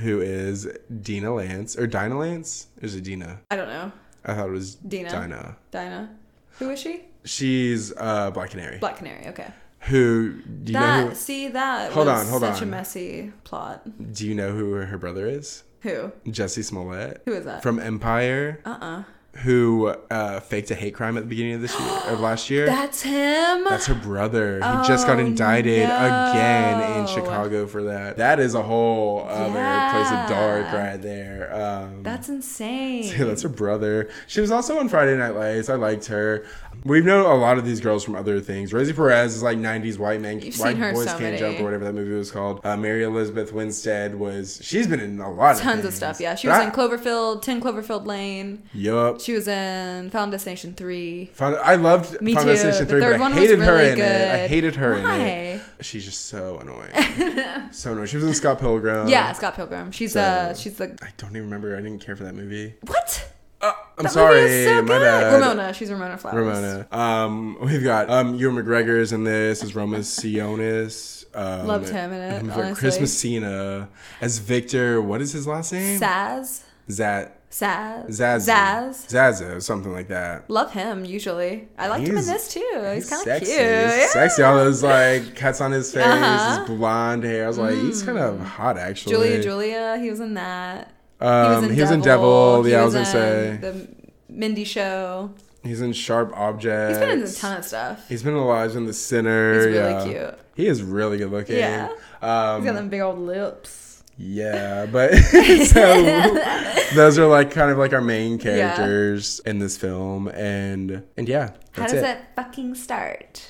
S3: who is Dina Lance or Dinah Lance? Or is it Dina?
S2: I don't know.
S3: I thought it was
S2: Dina.
S3: Dinah.
S2: Dinah. Who is she?
S3: She's uh, Black Canary.
S2: Black Canary. Okay.
S3: Who do you
S2: that
S3: know? Who,
S2: see that
S3: Hold
S2: was
S3: on, hold
S2: such a
S3: on.
S2: messy plot.
S3: do you know who her brother is?
S2: Who?
S3: Jesse Smollett.
S2: Who is that?
S3: From Empire.
S2: Uh uh
S3: Who uh, faked a hate crime at the beginning of this year of last year?
S2: That's him.
S3: That's her brother. He just got
S2: Oh,
S3: indicted again in
S2: no.
S3: Chicago for that. That is a whole other place of dark
S2: Yeah.
S3: right there. Um,
S2: That's insane.
S3: Yeah, that's her brother. She was also on Friday Night Lights. I liked her. We've known a lot of these girls from other things. Rosie Perez is like '90s white man,
S2: You've
S3: white
S2: seen her
S3: boys
S2: so
S3: can't
S2: many.
S3: jump or whatever that movie was called. Uh, Mary Elizabeth Winstead was. She's been in a lot of
S2: Tons of
S3: things.
S2: stuff. Yeah, she
S3: But
S2: was
S3: I-
S2: in Cloverfield, Ten Cloverfield Lane.
S3: Yup.
S2: She was in Found Destination Three.
S3: Found- I loved
S2: Me
S3: Final
S2: too.
S3: Destination
S2: The
S3: 3,
S2: third
S3: but I
S2: one was
S3: hated her
S2: really
S3: in it. I
S2: good.
S3: hated her in it.
S2: Why?
S3: She's just so annoying. so annoying. She was in Scott Pilgrim.
S2: yeah, Scott Pilgrim. She's uh she's the
S3: I don't even remember. I didn't care for that movie.
S2: what?
S3: Uh, I'm
S2: That
S3: sorry.
S2: movie is so
S3: My
S2: good.
S3: bad.
S2: Ramona. She's Ramona Flowers.
S3: Ramona. Um, we've got um Ewan McGregor's in this as Roman Sionis. Um,
S2: Loved him in it,
S3: and we've got Chris
S2: honestly.
S3: Messina as Victor. What is his last name?
S2: Saz.
S3: Zaz.
S2: Saz.
S3: Zaz.
S2: Zaz.
S3: Zazo, something like that.
S2: Love him usually. I liked him in
S3: He's-
S2: this too. He's, kind of
S3: sexy.
S2: cute. Yeah.
S3: Sexy. All those like cuts on his face,
S2: Uh-huh. Hmm.
S3: his blonde hair. I was like, he's kind of hot actually.
S2: Julia Julia. He was in that.
S3: Um, he was in Devil. Yeah, I was gonna say
S2: the Mindy Show.
S3: he's in Sharp Objects.
S2: He's been in a ton of stuff.
S3: He's been alive in the center.
S2: He's really
S3: yeah.
S2: cute.
S3: He is really good looking.
S2: Yeah.
S3: Um,
S2: He's got them big old lips.
S3: Yeah, but so those are like kind of like our main characters in this film, and and yeah, that's
S2: How does
S3: it.
S2: that fucking start?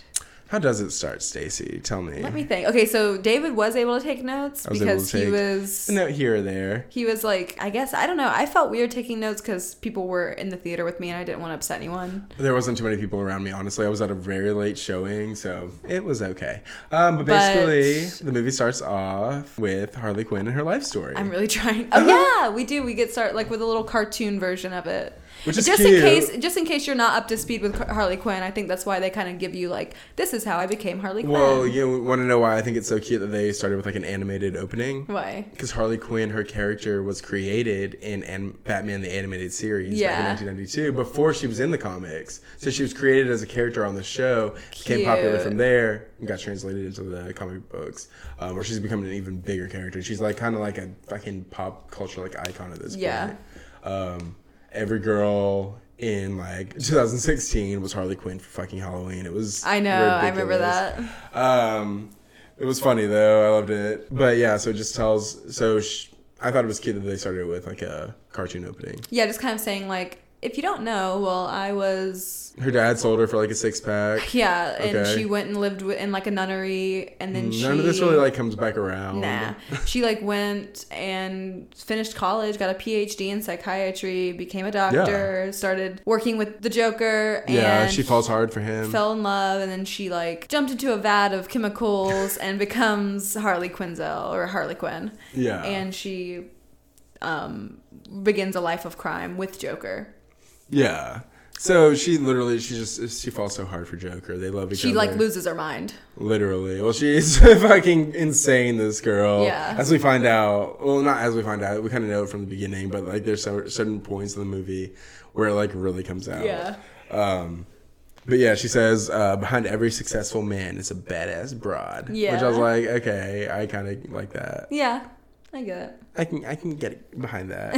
S3: How does it start, Stacy? Tell me.
S2: Let me think. Okay, so David was able to take notes
S3: was able
S2: because
S3: to
S2: he
S3: take-
S2: was
S3: no, here or there.
S2: he was like I guess I don't know. I felt weird taking notes because people were in the theater with me and I didn't want to upset anyone.
S3: There wasn't too many people around me. Honestly, I was at a very late showing, so it was okay. Um, but
S2: But-
S3: basically, the movie starts off with Harley Quinn and her life story.
S2: I'm really trying. Oh yeah, we do. We get start like with a little cartoon version of it.
S3: Which is
S2: just in
S3: cute.
S2: case, just in case you're not up to speed with Car- Harley Quinn, I think that's why they kind of give you like, this is how I became Harley Quinn.
S3: Well, you want to know why I think it's so cute that they started with like an animated opening?
S2: Why?
S3: Because Harley Quinn, her character was created in anim- Batman the Animated Series back in
S2: Yeah.
S3: 1992 before she was in the comics. So she was created as a character on the show, became popular
S2: Cute.
S3: from there, and got translated into the comic books, um, where she's becoming an even bigger character. She's like kind of like a fucking pop culture like icon at this
S2: Yeah.
S3: point. Um, every girl in like 2016 was Harley Quinn for fucking Halloween. It was
S2: I know, I remember
S3: ridiculous.
S2: that.
S3: Um, it was funny though. I loved it. But yeah, so it just tells. So sh- I thought it was cute that they started with like a cartoon opening.
S2: Yeah, just kind of saying like, if you don't know, well, I was
S3: Her dad sold her for like a six pack.
S2: yeah, and
S3: Okay.
S2: she went and lived wi- in like a nunnery, and then she
S3: None of this really like comes back around.
S2: Nah. she like went and finished college, got a PhD in psychiatry, became a doctor, started working with the Joker. And
S3: Yeah, she falls hard for him.
S2: Fell in love, and then she like jumped into a vat of chemicals and becomes Harley Quinzel or Harley Quinn.
S3: Yeah.
S2: and she um, begins a life of crime with Joker.
S3: yeah. So she literally, she just she falls so hard for Joker. They love each
S2: She
S3: other.
S2: like loses her mind.
S3: Literally. Well, she's fucking insane, this girl.
S2: Yeah.
S3: As we find out, well, not as we find out, we kind of know it from the beginning, but like there's so, certain points in the movie where it like really comes out.
S2: Yeah.
S3: Um, but yeah, she says, uh, behind every successful man is a badass broad. Which I
S2: Yeah.
S3: was like, okay, I kind of like that.
S2: Yeah, I get it.
S3: I can I can get behind that.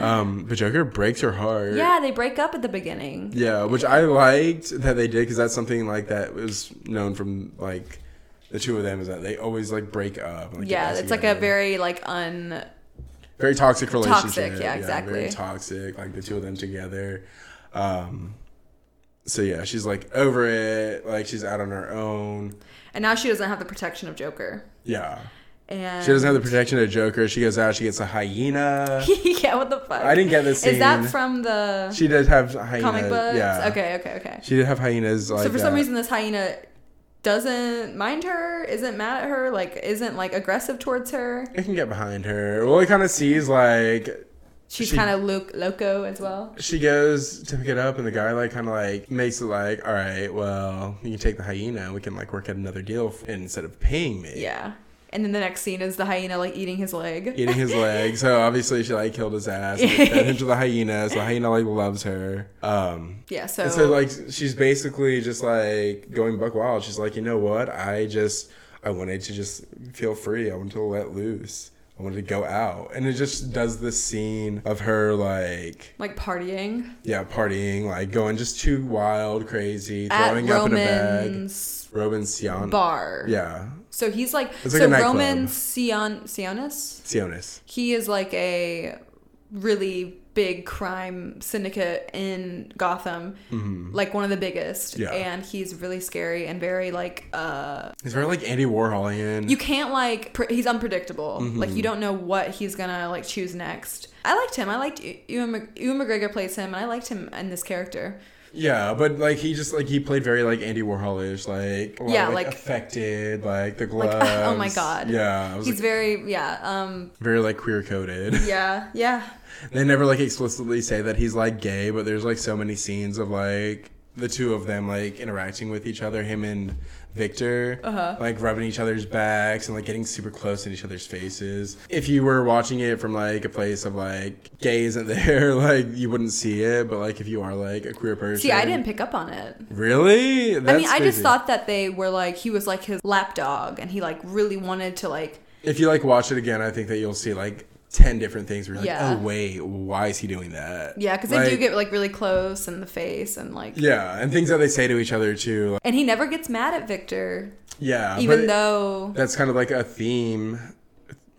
S3: um, but Joker breaks her heart.
S2: Yeah, they break up at the beginning.
S3: Yeah, which I liked that they did because that's something like that was known from like the two of them is that they always like break up. and, like, get
S2: Yeah,
S3: back
S2: it's like a
S3: together.
S2: very like un
S3: very toxic relationship.
S2: yeah, exactly.
S3: Very toxic, like the two of them together. Um, so yeah, she's like over it. Like she's out on her own.
S2: and now she doesn't have the protection of Joker.
S3: Yeah,
S2: And
S3: she doesn't have the protection of Joker. She goes out. She gets a hyena.
S2: yeah, what the fuck?
S3: I didn't get this
S2: Is that
S3: scene.
S2: from the
S3: She does have hyena.
S2: comic books?
S3: Yeah.
S2: Okay, okay, okay.
S3: She did have hyenas. Like uh,
S2: so for some
S3: that.
S2: reason, this hyena doesn't mind her, isn't mad at her, like isn't like aggressive towards her.
S3: I can get behind her. Well, it kind of sees like
S2: She's
S3: She-
S2: kind of lo- loco as well.
S3: she goes to pick it up and the guy like kind of like makes it like all right well you can take the hyena we can like work out another deal f- instead of paying me
S2: Yeah. And then the next scene is the hyena like eating his leg.
S3: eating his leg so obviously she like killed his ass and fed him to the hyena so the hyena like loves her um
S2: Yeah, so,
S3: and so like she's basically just like going buck wild she's like you know what i just i wanted to just feel free i wanted to let loose i wanted to go out and it just does this scene of her like
S2: like partying
S3: yeah, partying, like going just too wild, crazy,
S2: at
S3: throwing up in a bag.
S2: Roman's
S3: Roman Sion.
S2: bar.
S3: Yeah,
S2: So he's like,
S3: It's like
S2: so
S3: a nightclub.
S2: Roman Sion Sionis.
S3: Sionis.
S2: He is like a really big crime syndicate in Gotham, like one of the biggest.
S3: Mm-hmm. Yeah.
S2: And he's really scary and very like uh
S3: He's very like Andy Warholian.
S2: you can't like pr- he's unpredictable.
S3: Mm-hmm.
S2: Like you don't know what he's gonna like choose next. I liked him. I liked E- Ewan, Mc- Ewan McGregor plays him, and I liked him in this character.
S3: yeah, but like he just like he played very like Andy Warholish, like a lot of,
S2: Yeah,
S3: like,
S2: like-
S3: affected, like the gloves.
S2: oh my God.
S3: Yeah, I was
S2: He's
S3: like,
S2: very yeah um
S3: very like queer coded.
S2: yeah yeah
S3: they never like explicitly say that he's like gay, but there's like so many scenes of like the two of them like interacting with each other, him and Victor,
S2: Uh-huh.
S3: like rubbing each other's backs and like getting super close in each other's faces. If you were watching it from like a place of like gay isn't there, like you wouldn't see it, but like if you are like a queer person,
S2: See, I didn't pick up on it.
S3: really. That's
S2: I mean, I just
S3: crazy.
S2: thought that they were like he was like his lapdog, and he like really wanted to like.
S3: if you like watch it again, I think that you'll see like. 10 different things where you're
S2: Yeah.
S3: like, oh, wait, why is he doing that?
S2: Yeah, because they do
S3: Like,
S2: get like really close in the face, and like,
S3: Yeah, and things that they say to each other too. Like,
S2: and he never gets mad at Victor,
S3: yeah.
S2: even
S3: but-
S2: though
S3: that's kind of like a theme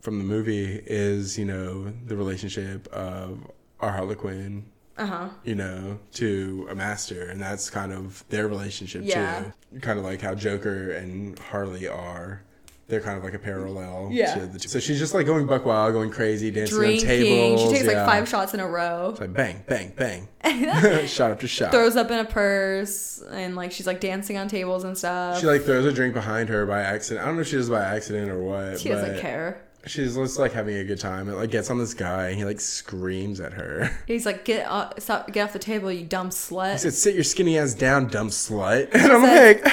S3: from the movie is you know the relationship of our harlequin
S2: uh-huh.
S3: you know to a master and that's kind of their relationship
S2: Yeah.
S3: too kind of like how joker and harley are they're kind of like a parallel
S2: Yeah.
S3: to the two so she's just like going buck wild going crazy dancing
S2: drinking,
S3: on tables
S2: she takes
S3: yeah.
S2: like five shots in a row,
S3: It's like bang bang bang shot after shot
S2: throws up in a purse, and like she's like dancing on tables and stuff.
S3: she like throws a drink behind her by accident i don't know if she does it by accident or what
S2: she
S3: but
S2: doesn't care.
S3: She's just like having a good time. It like gets on this guy and he like screams at her.
S2: He's like, get off, stop, get off the table, you dumb slut.
S3: He said, "Sit your skinny ass down, dumb slut." And I'm like,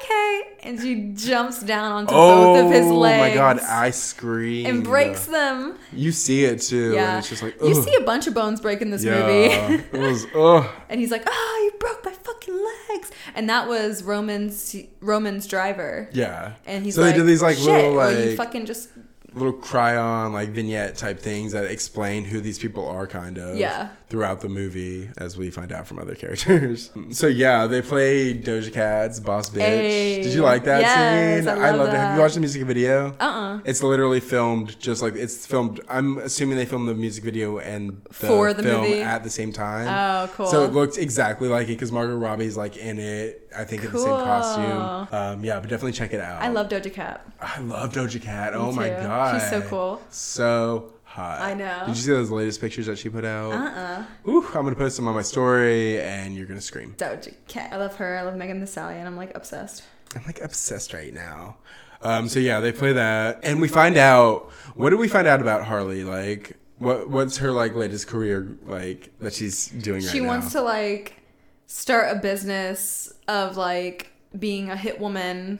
S2: okay. And she jumps down onto
S3: "Oh
S2: both of his legs.
S3: my god!" I scream
S2: and breaks them.
S3: You see it too,
S2: Yeah.
S3: and it's just like
S2: you
S3: ugh.
S2: see a bunch of bones break in this
S3: Yeah.
S2: movie.
S3: it was ugh.
S2: and he's like, oh, you broke my fucking legs. And that was Roman's, Roman's driver.
S3: Yeah.
S2: And he's
S3: so
S2: like,
S3: they did these like
S2: Shit,
S3: little
S2: well, you
S3: like
S2: fucking just,
S3: little cryon like vignette type things that explain who these people are kind of
S2: Yeah.
S3: throughout the movie as we find out from other characters. so yeah, they play Doja Cat's Boss Bitch.
S2: Hey.
S3: Did you like that
S2: Yes,
S3: scene?
S2: I love
S3: loved it. Have you
S2: that.
S3: watched the music video?
S2: Uh-uh.
S3: It's literally filmed just like it's filmed I'm assuming they filmed the music video and the
S2: For the
S3: film
S2: movie?
S3: at the same time.
S2: Oh, cool.
S3: So it looked exactly like it because Margot Robbie's like in it, I think in the same
S2: Cool.
S3: costume. Um, yeah, but definitely check it out.
S2: I love Doja Cat.
S3: I love Doja Cat. oh my
S2: too.
S3: god,
S2: She's so cool.
S3: so hot.
S2: I know.
S3: Did you see those latest pictures that she put out?
S2: Uh-uh.
S3: Ooh, I'm gonna post them on my story, and you're gonna scream.
S2: Doja Cat. I love her. I love Megan Thee Stallion. I'm like obsessed.
S3: I'm like obsessed right now. Um, so yeah, they play that, and we find out what did we find out about Harley? Like, what what's her like latest career like that she's doing right
S2: she
S3: now?
S2: wants to like start a business of like being a hit woman.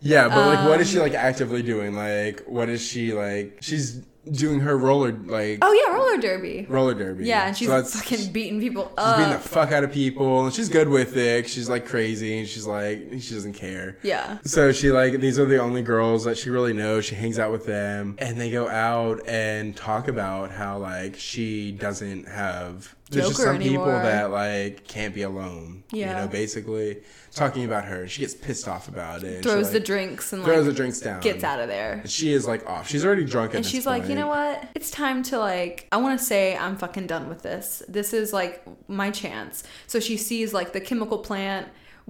S3: Yeah, but like, what
S2: um,
S3: is she like actively doing? Like, what is she like? She's doing her roller like
S2: Oh yeah, roller derby.
S3: roller derby.
S2: Yeah, and she's
S3: So that's-
S2: fucking beating people
S3: She's beating the
S2: up.
S3: fuck out of people, and she's good with it. 'cause She's like crazy, and she's like she doesn't care.
S2: yeah.
S3: So she like these are the only girls that she really knows. She hangs out with them, and they go out and talk about how like she doesn't have. There's just
S2: Joker
S3: some people
S2: anymore.
S3: that like can't be alone.
S2: Yeah.
S3: you know, basically talking about her, she gets pissed off about it. and she,
S2: Throws the
S3: like,
S2: drinks and like
S3: throws the drinks down,
S2: gets out of there.
S3: And she is like off. She's already drunk, at
S2: And
S3: this
S2: she's like, you know
S3: point.
S2: what? It's time to like I want to say I'm fucking done with this. This is like my chance. So she sees like the chemical plant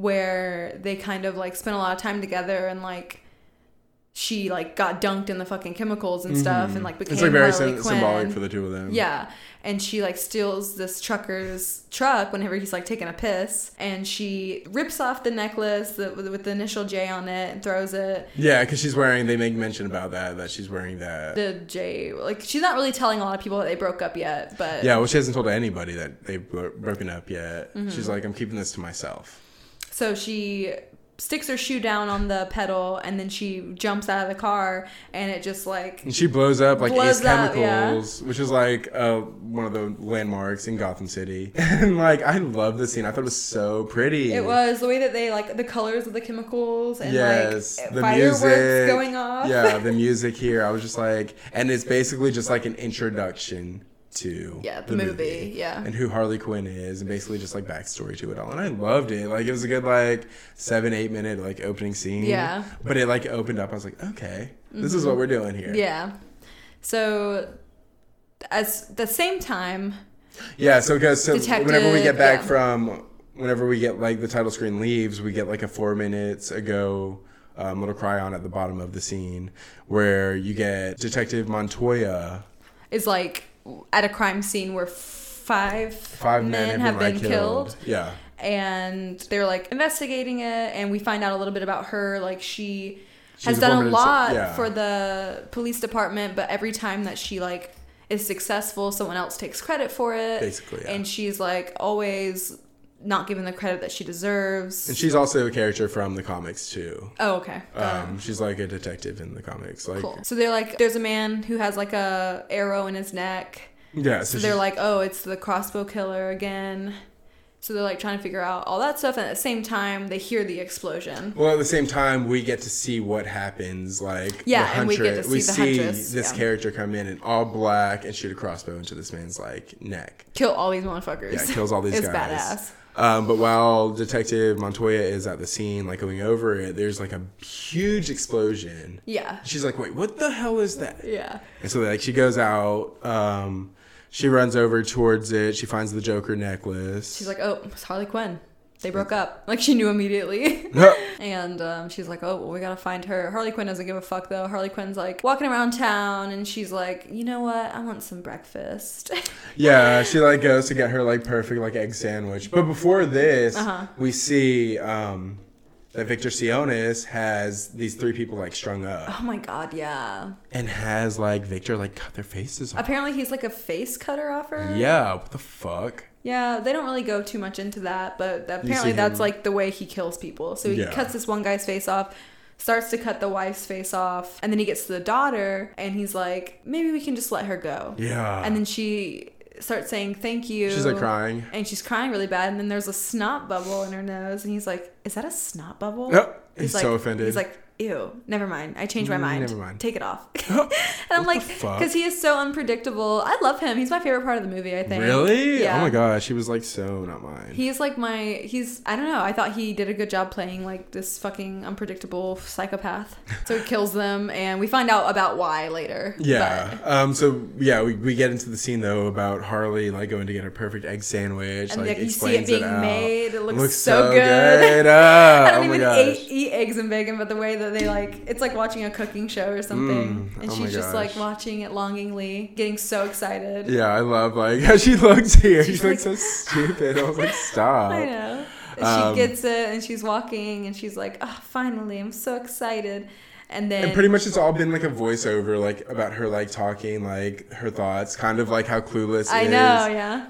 S2: where they kind of like spent a lot of time together and like she like got dunked in the fucking chemicals and stuff and like became
S3: Mm-hmm. It's like very
S2: Harley
S3: sym- symbolic
S2: Quinn.
S3: for the two of them.
S2: Yeah. And she like steals this trucker's truck whenever he's like taking a piss. And she rips off the necklace that, with, with the initial J on it and throws it.
S3: Yeah, because she's wearing. They make mention about that that she's wearing that.
S2: The J, like, she's not really telling a lot of people that they broke up yet, but
S3: yeah, well, she hasn't told anybody that they've bro- broken up yet.
S2: Mm-hmm.
S3: She's like, I'm keeping this to myself.
S2: so she sticks her shoe down on the pedal and then she jumps out of the car and it just like
S3: And she blows up like
S2: Blows
S3: Ace
S2: up, yeah.
S3: Chemicals, which is like uh, one of the landmarks in Gotham City. and like, I love the scene. I thought it was so pretty.
S2: it was the way that they like the colors of the chemicals and
S3: Yes,
S2: like
S3: the
S2: fireworks
S3: music
S2: going off.
S3: yeah, the music here. I was just like, and it's basically just like an introduction to
S2: Yeah, the movie, yeah.
S3: and who Harley Quinn is, and basically just like backstory to it all. And I loved it. Like it was a good like seven eight minute like opening scene.
S2: Yeah. Mm-hmm.
S3: but it like opened up. I was like, okay, this is what we're doing here.
S2: Yeah. So as the same time,
S3: Yeah, so because so whenever we
S2: Detective,
S3: get back
S2: yeah.
S3: from whenever we get like the title screen leaves, we get like a four minutes ago um, little cryon at the bottom of the scene where you get Detective Montoya.
S2: is like at a crime scene where five,
S3: Five men, have been, like, killed. Yeah,
S2: and they're like investigating it and we find out a little bit about her like she has
S3: a
S2: done a
S3: former-
S2: lot
S3: yeah.
S2: for the police department but every time that she like is successful someone else takes credit for it
S3: Basically, yeah.
S2: and she's like always not given the credit that she deserves
S3: and she's also a character from the comics too.
S2: oh okay Got it.
S3: Um, she's like a detective in the comics. Like
S2: cool so they're like there's a man who has like a arrow in his neck
S3: yeah,
S2: So
S3: so,
S2: they're
S3: she's-
S2: like, oh, it's the crossbow killer again. So they're like trying to figure out all that stuff, and at the same time, they hear the explosion.
S3: Well, at the same time, we get to see what happens. Like,
S2: Yeah,
S3: the
S2: and we get
S3: huntress-
S2: to see the huntress,
S3: this
S2: yeah.
S3: character come in in all black and shoot a crossbow into this man's like neck.
S2: Kill all these motherfuckers.
S3: Yeah, it kills all these
S2: it's
S3: guys.
S2: badass.
S3: Um, but while Detective Montoya is at the scene, like going over it, there's like a huge explosion.
S2: Yeah.
S3: She's like, "Wait, what the hell is that?"
S2: Yeah.
S3: And so like she goes out. Um, she runs over towards it. She finds the Joker necklace.
S2: She's like, oh, it's Harley Quinn. They broke up. Like she knew immediately. and um, she's like, oh, well, we gotta find her. Harley Quinn doesn't give a fuck though. Harley Quinn's like walking around town, and she's like, you know what? I want some breakfast.
S3: Yeah, she like goes to
S2: Uh-huh.
S3: get her like perfect like egg sandwich. But before this, we see um that Victor Sionis has these three people like strung up
S2: Oh my god, yeah.
S3: and has like Victor like cut their faces off.
S2: Apparently he's like a face cutter offer.
S3: Yeah, what the fuck?
S2: Yeah, they don't really go too much into that, but apparently
S3: him-
S2: that's like the way he kills people. So he
S3: Yeah.
S2: cuts this one guy's face off, starts to cut the wife's face off, and then he gets to the daughter and he's like, maybe we can just let her go.
S3: Yeah.
S2: And then she starts saying thank you.
S3: She's, like, crying.
S2: And she's crying really bad. And then there's a snot bubble in her nose. And he's like, Is that a snot bubble?
S3: Yep. He's
S2: like,
S3: so offended.
S2: He's like, Ew, never mind. I changed my
S3: Mm,
S2: mind.
S3: never mind."
S2: Take it off. and I'm like,
S3: fuck?
S2: Because he is so unpredictable. I love him. He's my favorite part of the movie, I think.
S3: Really?
S2: Yeah.
S3: Oh my gosh, she was like so not mine.
S2: He's like my he's I don't know, I thought he did a good job playing like this fucking unpredictable psychopath. So he kills them and we find out about why later.
S3: yeah. Um. So yeah, we, we get into the scene though about Harley like going to get her perfect egg sandwich.
S2: And
S3: like
S2: like, you see it
S3: explains
S2: being
S3: out.
S2: made, it looks so good.
S3: Uh,
S2: I don't
S3: oh my
S2: even
S3: gosh.
S2: eat, eat eggs and bacon, but the way that they like, it's like watching a cooking show or something.
S3: Mm,
S2: and
S3: oh my
S2: she's just like
S3: gosh.
S2: watching it longingly, getting so excited.
S3: Yeah, I love like how she looks here. She
S2: like-
S3: looks so stupid. I was like, stop.
S2: I know. And
S3: Um,
S2: she gets it and she's walking and she's like, oh, finally, I'm so excited. And then
S3: And pretty much it's all been like a voiceover, like about her like talking, like her thoughts, kind of like how clueless
S2: I
S3: is.
S2: know, yeah.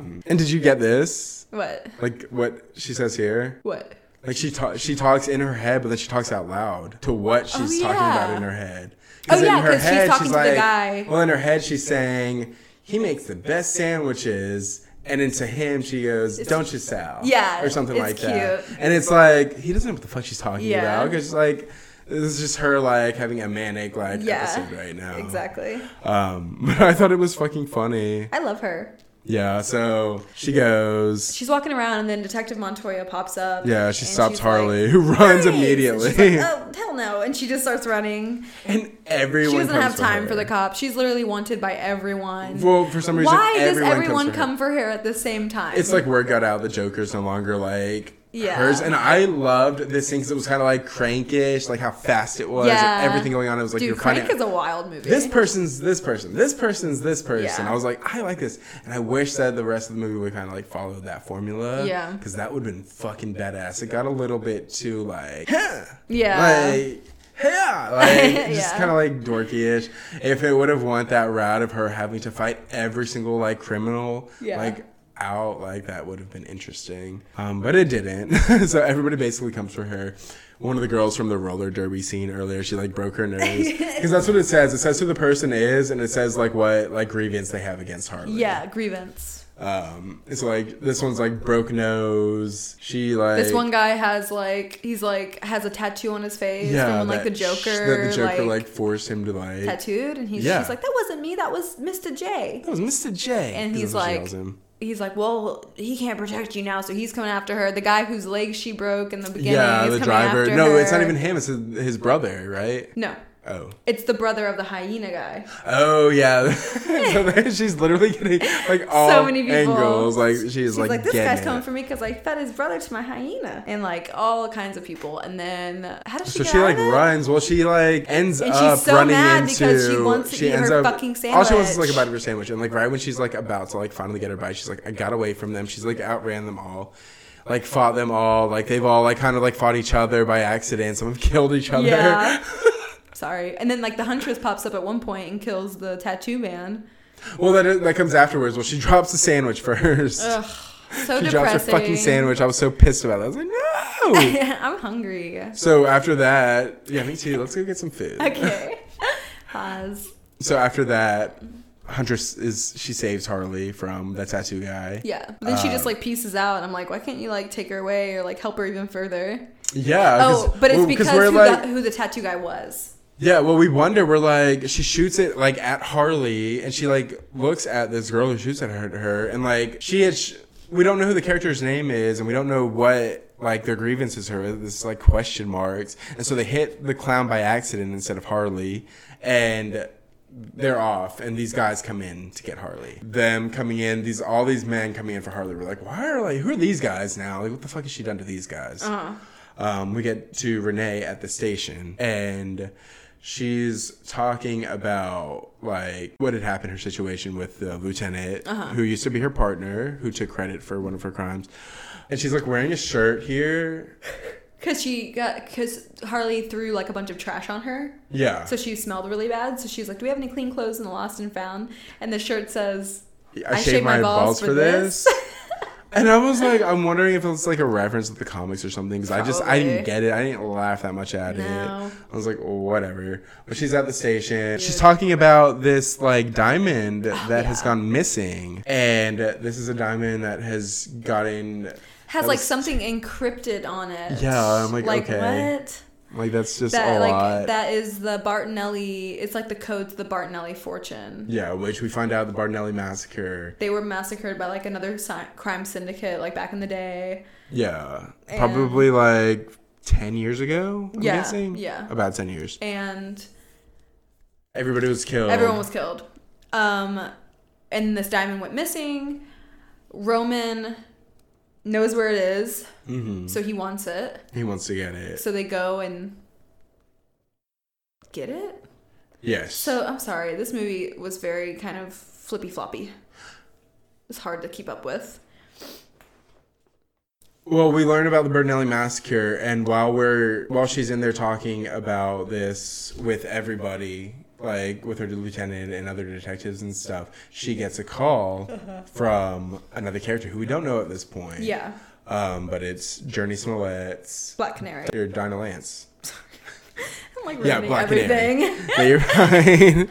S3: Um, and did you get this?
S2: What?
S3: Like what she says here?
S2: What?
S3: Like she ta- she talks in her head, but then she talks out loud to what she's
S2: Oh,
S3: talking about
S2: yeah.
S3: in her head.
S2: Oh, yeah,
S3: in her
S2: 'cause she's
S3: head,
S2: talking to the guy.
S3: Well, in her head, she's saying he makes the best sandwiches, and then to him, she goes, "Don't you, Sal?"
S2: Yeah,
S3: or something
S2: it's
S3: like that.
S2: cute.
S3: And it's like he doesn't know what the fuck she's talking
S2: Yeah.
S3: about because like this is just her like having a manic like
S2: Yeah.
S3: episode right now.
S2: Exactly.
S3: Um, but I thought it was fucking funny.
S2: I love her.
S3: Yeah. So she goes.
S2: She's walking around and then Detective Montoya pops up.
S3: Yeah, she
S2: and
S3: stops
S2: she's
S3: Harley,
S2: like,
S3: who runs
S2: "Grace!" And
S3: immediately.
S2: she's like, oh, hell no. And she just starts running.
S3: And everyone
S2: She doesn't
S3: comes
S2: have
S3: for
S2: time
S3: her.
S2: for the cop. She's literally wanted by everyone.
S3: Well, for some reason,
S2: Why does
S3: everyone,
S2: everyone
S3: comes for her.
S2: come for her at the same time?
S3: It's like word got out the Joker's no longer like
S2: Yeah.
S3: hers, and I loved this thing because it was kind of like crankish, like how fast it was, and everything going on. It was like
S2: Dude,
S3: you're
S2: Crank
S3: finding
S2: is a wild movie.
S3: this person's this person, this person's this person.
S2: Yeah.
S3: I was like, I like this, and I wish that the rest of the movie would kind of like follow that formula,
S2: Yeah.
S3: because that would have been fucking badass. It got a little bit too like, huh.
S2: Yeah.
S3: like. Yeah, like just
S2: Yeah.
S3: kind of like dorky-ish. If it would have went that route of her having to fight every single like criminal,
S2: Yeah.
S3: like out like that would have been interesting um, but it didn't so everybody basically comes for her one of the girls from the roller derby scene earlier she like broke her nose because that's what it says it says who the person is and it says like what like grievance they have against harley
S2: yeah, grievance.
S3: um it's like this one's like broke nose she like
S2: This one guy has like he's like has a tattoo on his face from like the
S3: that sh-
S2: Joker,
S3: that the joker
S2: like,
S3: like, forced him to like
S2: tattooed, and he's
S3: Yeah.
S2: she's like that wasn't me, that was Mr. J.
S3: that was mr j
S2: And
S3: That's
S2: he's
S3: what she
S2: like,
S3: calls him.
S2: he's like, well, he can't protect you now, so he's coming after her. The guy whose legs she broke in the beginning,
S3: yeah
S2: is coming
S3: the driver
S2: After
S3: no
S2: her.
S3: it's not even him it's his, his brother right
S2: No,
S3: oh
S2: it's the brother of the hyena guy.
S3: Oh yeah, so then she's literally getting like all
S2: so many people.
S3: angles. Like she's,
S2: She's
S3: like,
S2: like, this
S3: getting
S2: guy's coming
S3: it.
S2: for me because I fed his brother to my hyena, and like all kinds of people. And then how does she?
S3: So
S2: get
S3: she
S2: out
S3: like
S2: of it?
S3: runs. Well, she like ends
S2: And she's
S3: up
S2: so
S3: running
S2: mad
S3: into.
S2: because she wants to eat
S3: ends
S2: her
S3: up-
S2: fucking
S3: All she wants is like
S2: sandwich.
S3: a bite of her sandwich, and like right when she's like about to like finally get her bite, she's like, I got away from them. She's like outran them all. Like fought them all, like they've all like kind of like fought each other by accident. Some have killed each other.
S2: Yeah. Sorry. And then like the huntress pops up at one point and kills the tattoo man.
S3: Well, that that comes afterwards. Well, she drops the sandwich first.
S2: Ugh, so
S3: she
S2: depressing.
S3: drops her fucking sandwich. I was so pissed about that. I was like, no.
S2: I'm hungry.
S3: So after that, yeah, me too. Let's go get some food.
S2: Okay. Pause.
S3: So after that, Huntress is she saves Harley from the tattoo guy.
S2: Yeah. But then she just
S3: Um,
S2: like pieces out, and I'm like, why can't you like take her away or like help her even further?
S3: Yeah. Uh, 'cause-
S2: Oh, but it's
S3: well,
S2: because who,
S3: we're like,
S2: the, who the tattoo guy was.
S3: yeah. Well, we wonder. We're like, she shoots it like at Harley, and she like looks at this girl who shoots at her, her and like she had. Sh- we don't know who the character's name is, and we don't know what like their grievances are. This like question marks, and so they hit the clown by accident instead of Harley, and they're off and these guys come in to get Harley. Them coming in, these all these men coming in for Harley. We're like, why are like who are these guys now? Like what the fuck has she done to these guys? Um, we get to Renee at the station and she's talking about like what had happened her situation with the lieutenant who used to be her partner who took credit for one of her crimes and she's like wearing a shirt here
S2: Cause she got cause Harley threw like a bunch of trash on her,
S3: Yeah.
S2: so she smelled really bad. So she's like, "Do we have any clean clothes in the lost and found?" And the shirt says,
S3: I, shaved, my, balls, for this. and I was like, I'm wondering if it's like a reference to the comics or something because I just I
S2: Probably.
S3: didn't get it. I didn't laugh that much at
S2: No.
S3: it. I was like, whatever. But she's at the station. She's talking about this like diamond
S2: Oh,
S3: that has gone missing, and this is a diamond that has gotten
S2: Has
S3: that
S2: like
S3: was-
S2: something encrypted on it.
S3: Yeah, I'm like, okay.
S2: what?
S3: like that's just
S2: That
S3: a
S2: like
S3: lot.
S2: that is the Bartonelli. It's like the code to the Bartonelli fortune.
S3: yeah, which we find out the Bartonelli massacre.
S2: They were massacred by like another si- crime syndicate like back in the day.
S3: Yeah, probably like ten years ago. I'm
S2: Yeah,
S3: guessing.
S2: yeah.
S3: about ten years.
S2: And
S3: Everybody was killed.
S2: Everyone was killed. Um, and this diamond went missing. Roman knows where it is, so he wants it.
S3: Mm-hmm. He wants to get it.
S2: So they go and get it.
S3: Yes.
S2: So I'm sorry, this movie was very kind of flippy floppy. It's hard to keep up with.
S3: Well, we learn about the Bertinelli massacre, and while we're while she's in there talking about this with everybody, like with her lieutenant and other detectives and stuff, she gets a call from another character who we don't know at this point.
S2: Yeah,
S3: Um, but it's Journey Smollett's
S2: Black Canary.
S3: or Dinah Lance.
S2: I'm like
S3: Yeah,
S2: ruining
S3: Black
S2: everything.
S3: Canary. Yeah, you're right.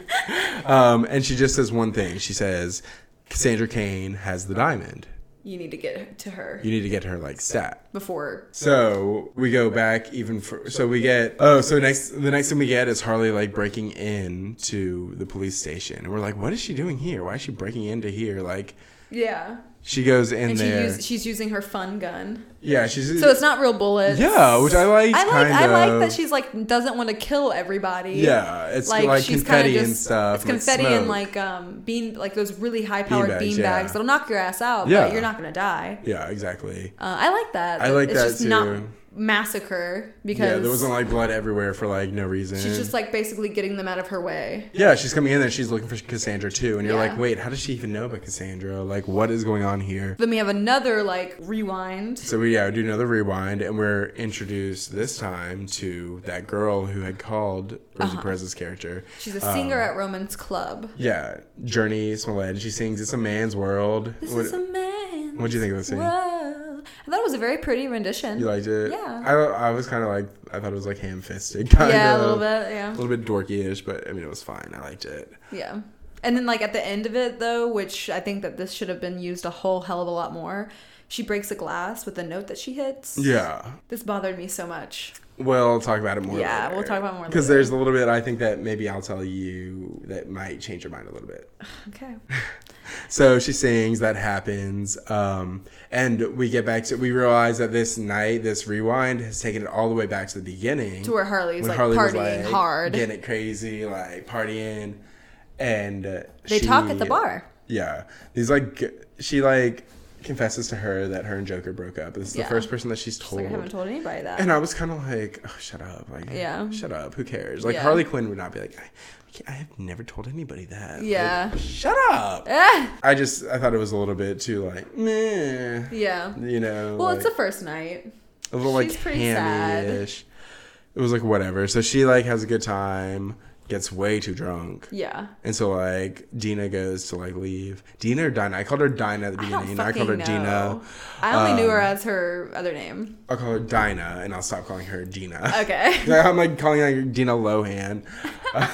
S3: um, and she just says one thing. She says, "Cassandra Kane has the diamond.
S2: You need to get to her
S3: You need to get her like stat."
S2: before.
S3: So we go back even for, so we get oh so next the next thing we get is Harley like breaking in to the police station and we're like what is she doing here why is she breaking into here like
S2: Yeah,
S3: she goes in
S2: and she
S3: there
S2: use, she's using her fun gun.
S3: yeah she's
S2: So it's not real bullets.
S3: Yeah, which I like,
S2: I like.
S3: kind
S2: I like
S3: of.
S2: that she's like doesn't want to kill everybody.
S3: Yeah, it's like
S2: kinda
S3: confetti and
S2: It's
S3: stuff, and like
S2: confetti and
S3: smoke.
S2: like um bean like those really high powered bean,
S3: Beanbags,
S2: bags
S3: yeah.
S2: that'll knock your ass out.
S3: Yeah.
S2: but you're not gonna die.
S3: yeah exactly
S2: Uh, I like that.
S3: I like
S2: it's
S3: that
S2: just Not
S3: too.
S2: massacre because
S3: yeah there wasn't like blood everywhere for like no reason
S2: she's just like basically getting them out of her way.
S3: yeah she's coming in there she's looking for Cassandra too and you're
S2: Yeah.
S3: like wait how does she even know about Cassandra like what is going on here
S2: Then we have another like rewind.
S3: So we yeah, we do another rewind, and we're introduced this time to that girl who had called Rosie
S2: Uh-huh.
S3: Perez's character.
S2: She's a singer
S3: Um,
S2: at Roman's club.
S3: Yeah, Journey Smollett. and She sings "It's a Man's World."
S2: This
S3: What-
S2: is a man.
S3: what'd you think of the scene?
S2: Whoa. I thought it was a very pretty rendition.
S3: you liked it?
S2: Yeah.
S3: I, I was kind of like I thought it was like ham-fisted, kind
S2: yeah,
S3: of
S2: a little bit. Yeah.
S3: a little bit dorky-ish, but I mean it was fine. I liked it.
S2: Yeah. And then like at the end of it though, which I think that this should have been used a whole hell of a lot more, she breaks a glass with a note that she hits.
S3: Yeah.
S2: This bothered me so much.
S3: We'll talk about it more.
S2: Yeah, we'll talk about it more
S3: because
S2: later.
S3: there's a little bit I think that maybe I'll tell you that might change your mind a little bit.
S2: Okay.
S3: So she sings, that happens. Um, and we get back to, we realize that this night, this rewind has taken it all the way back to the beginning.
S2: To where Harley's,
S3: When
S2: like,
S3: was,
S2: partying hard.
S3: Getting it crazy, like partying. And uh,
S2: They
S3: she-
S2: talk at the bar.
S3: Yeah. These like, g- she like confesses to her that her and Joker broke up. This is
S2: Yeah.
S3: the first person that she's
S2: Like
S3: told.
S2: I haven't told anybody that.
S3: Oh. and I was kind of like, oh, shut up. Like,
S2: Yeah.
S3: Shut up. Who cares? Like,
S2: Yeah.
S3: Harley Quinn would not be like, I, I can't- I have never told anybody that. Like,
S2: Yeah.
S3: shut up.
S2: Ah,
S3: I just I thought it was a little bit too like meh.
S2: yeah.
S3: You know.
S2: Well, it's the
S3: like,
S2: first night.
S3: a, little like
S2: she's pretty sad.
S3: hammy-ish. It was like whatever. So she like has a good time, gets way too drunk.
S2: Yeah.
S3: And so like Dina goes to like leave. Dina or Dinah? I called her Dinah at the
S2: I don't
S3: beginning. I,
S2: fucking
S3: called her
S2: know.
S3: Dina.
S2: I only knew
S3: Um,
S2: her as her other name.
S3: I'll call her Dinah and I'll stop calling her Dina.
S2: Okay.
S3: I'm like calling her Dina Lohan.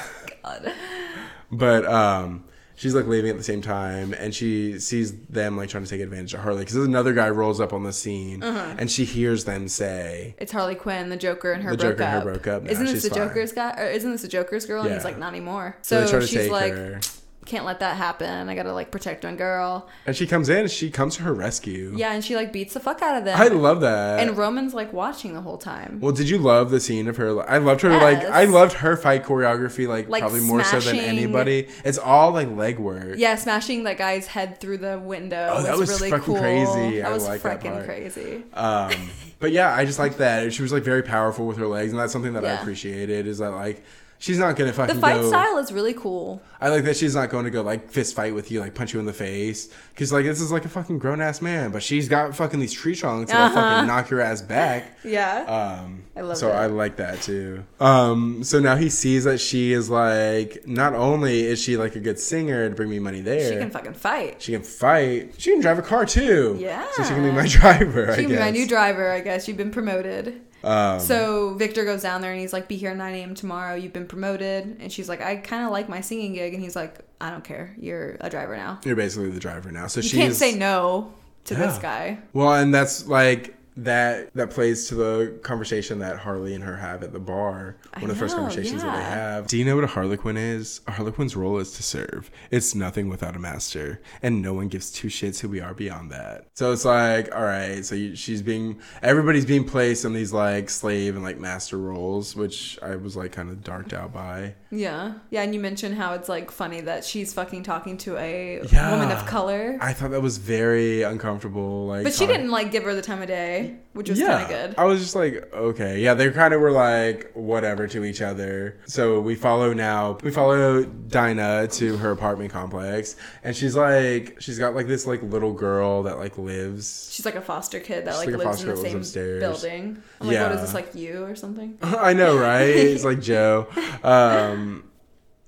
S2: God.
S3: But um, she's like leaving at the same time, and she sees them like trying to take advantage of Harley because another guy rolls up on the scene,
S2: Uh-huh.
S3: and she hears them say,
S2: It's Harley Quinn, the Joker, and her
S3: The
S2: broke
S3: Joker and her
S2: up.
S3: broke up. Nah,
S2: isn't this
S3: she's
S2: the
S3: fine.
S2: Joker's guy? Or isn't this the Joker's girl? And he's
S3: Yeah.
S2: like, not anymore.
S3: so
S2: So,
S3: they try to
S2: she's
S3: take
S2: like,
S3: her,
S2: can't let that happen. I gotta like protect my girl.
S3: and she comes in, and she comes to her rescue.
S2: Yeah, and she like beats the fuck out of them.
S3: I love that.
S2: and Roman's like watching the whole time.
S3: well, did you love the scene of her? I loved her.
S2: Yes.
S3: Like I loved her fight choreography. Like,
S2: Like,
S3: probably more so than
S2: smashing-
S3: anybody. It's all like leg work.
S2: yeah, smashing that guy's head through the window
S3: Oh, that
S2: was,
S3: was
S2: really
S3: fucking
S2: cool.
S3: crazy.
S2: That
S3: I
S2: was
S3: like that
S2: freaking
S3: part. Uh,
S2: crazy.
S3: Um, but yeah, I just like that. She was like very powerful with her legs, and that's something that I
S2: Yeah.
S3: appreciated. Is that like She's not gonna
S2: The
S3: fucking
S2: fight
S3: go-
S2: style is really cool.
S3: I like that she's not going to go like fist fight with you, like punch you in the face, because like this is like a fucking grown ass man, but she's got fucking these tree trunks that'll fucking knock your ass back.
S2: Yeah.
S3: Um,
S2: Uh-huh. I love
S3: so
S2: that.
S3: I like that too. Um, so now he sees that she is like not only is she like a good singer to bring me money there,
S2: she can fucking fight.
S3: she can fight, she can drive a car too.
S2: Yeah.
S3: so she can be my driver. I
S2: She can be
S3: guess.
S2: my new driver, I guess. You've been promoted.
S3: Um,
S2: So Victor goes down there and he's like, "Be here 9 a.m. tomorrow. You've been promoted." And she's like, "I kind of like my singing gig." And he's like, "I don't care. You're a driver now.
S3: you're basically the driver now. So
S2: You
S3: she's
S2: can't say no to this
S3: Yeah.
S2: guy."
S3: Well, and that's like that that plays to the conversation that Harley and her have at the bar. One of the first
S2: know,
S3: conversations that they
S2: yeah.
S3: have. Do you know what a harlequin is? A harlequin's role is to serve. It's nothing without a master, and no one gives two shits who we are beyond that. So it's like, all right, so you, she's being everybody's being placed in these like slave and like master roles, which I was like kind of darked out by.
S2: Yeah, yeah. And you mentioned how it's like funny that she's fucking talking to a
S3: Yeah.
S2: woman of color,
S3: I thought that was very uncomfortable. Like,
S2: but she
S3: talk-
S2: didn't like give her the time of day, which was kind of good.
S3: I was just like, okay, yeah, they kind of were like whatever to each other. So we follow now. We follow Dinah to her apartment complex, and she's like, she's got like this like little girl that like lives.
S2: She's like a foster kid that like,
S3: like a
S2: lives in the
S3: foster kid
S2: same
S3: lives upstairs.
S2: building. I'm like, what is
S3: Yeah.
S2: this like you or something?
S3: I know, right? It's like Joe. Um,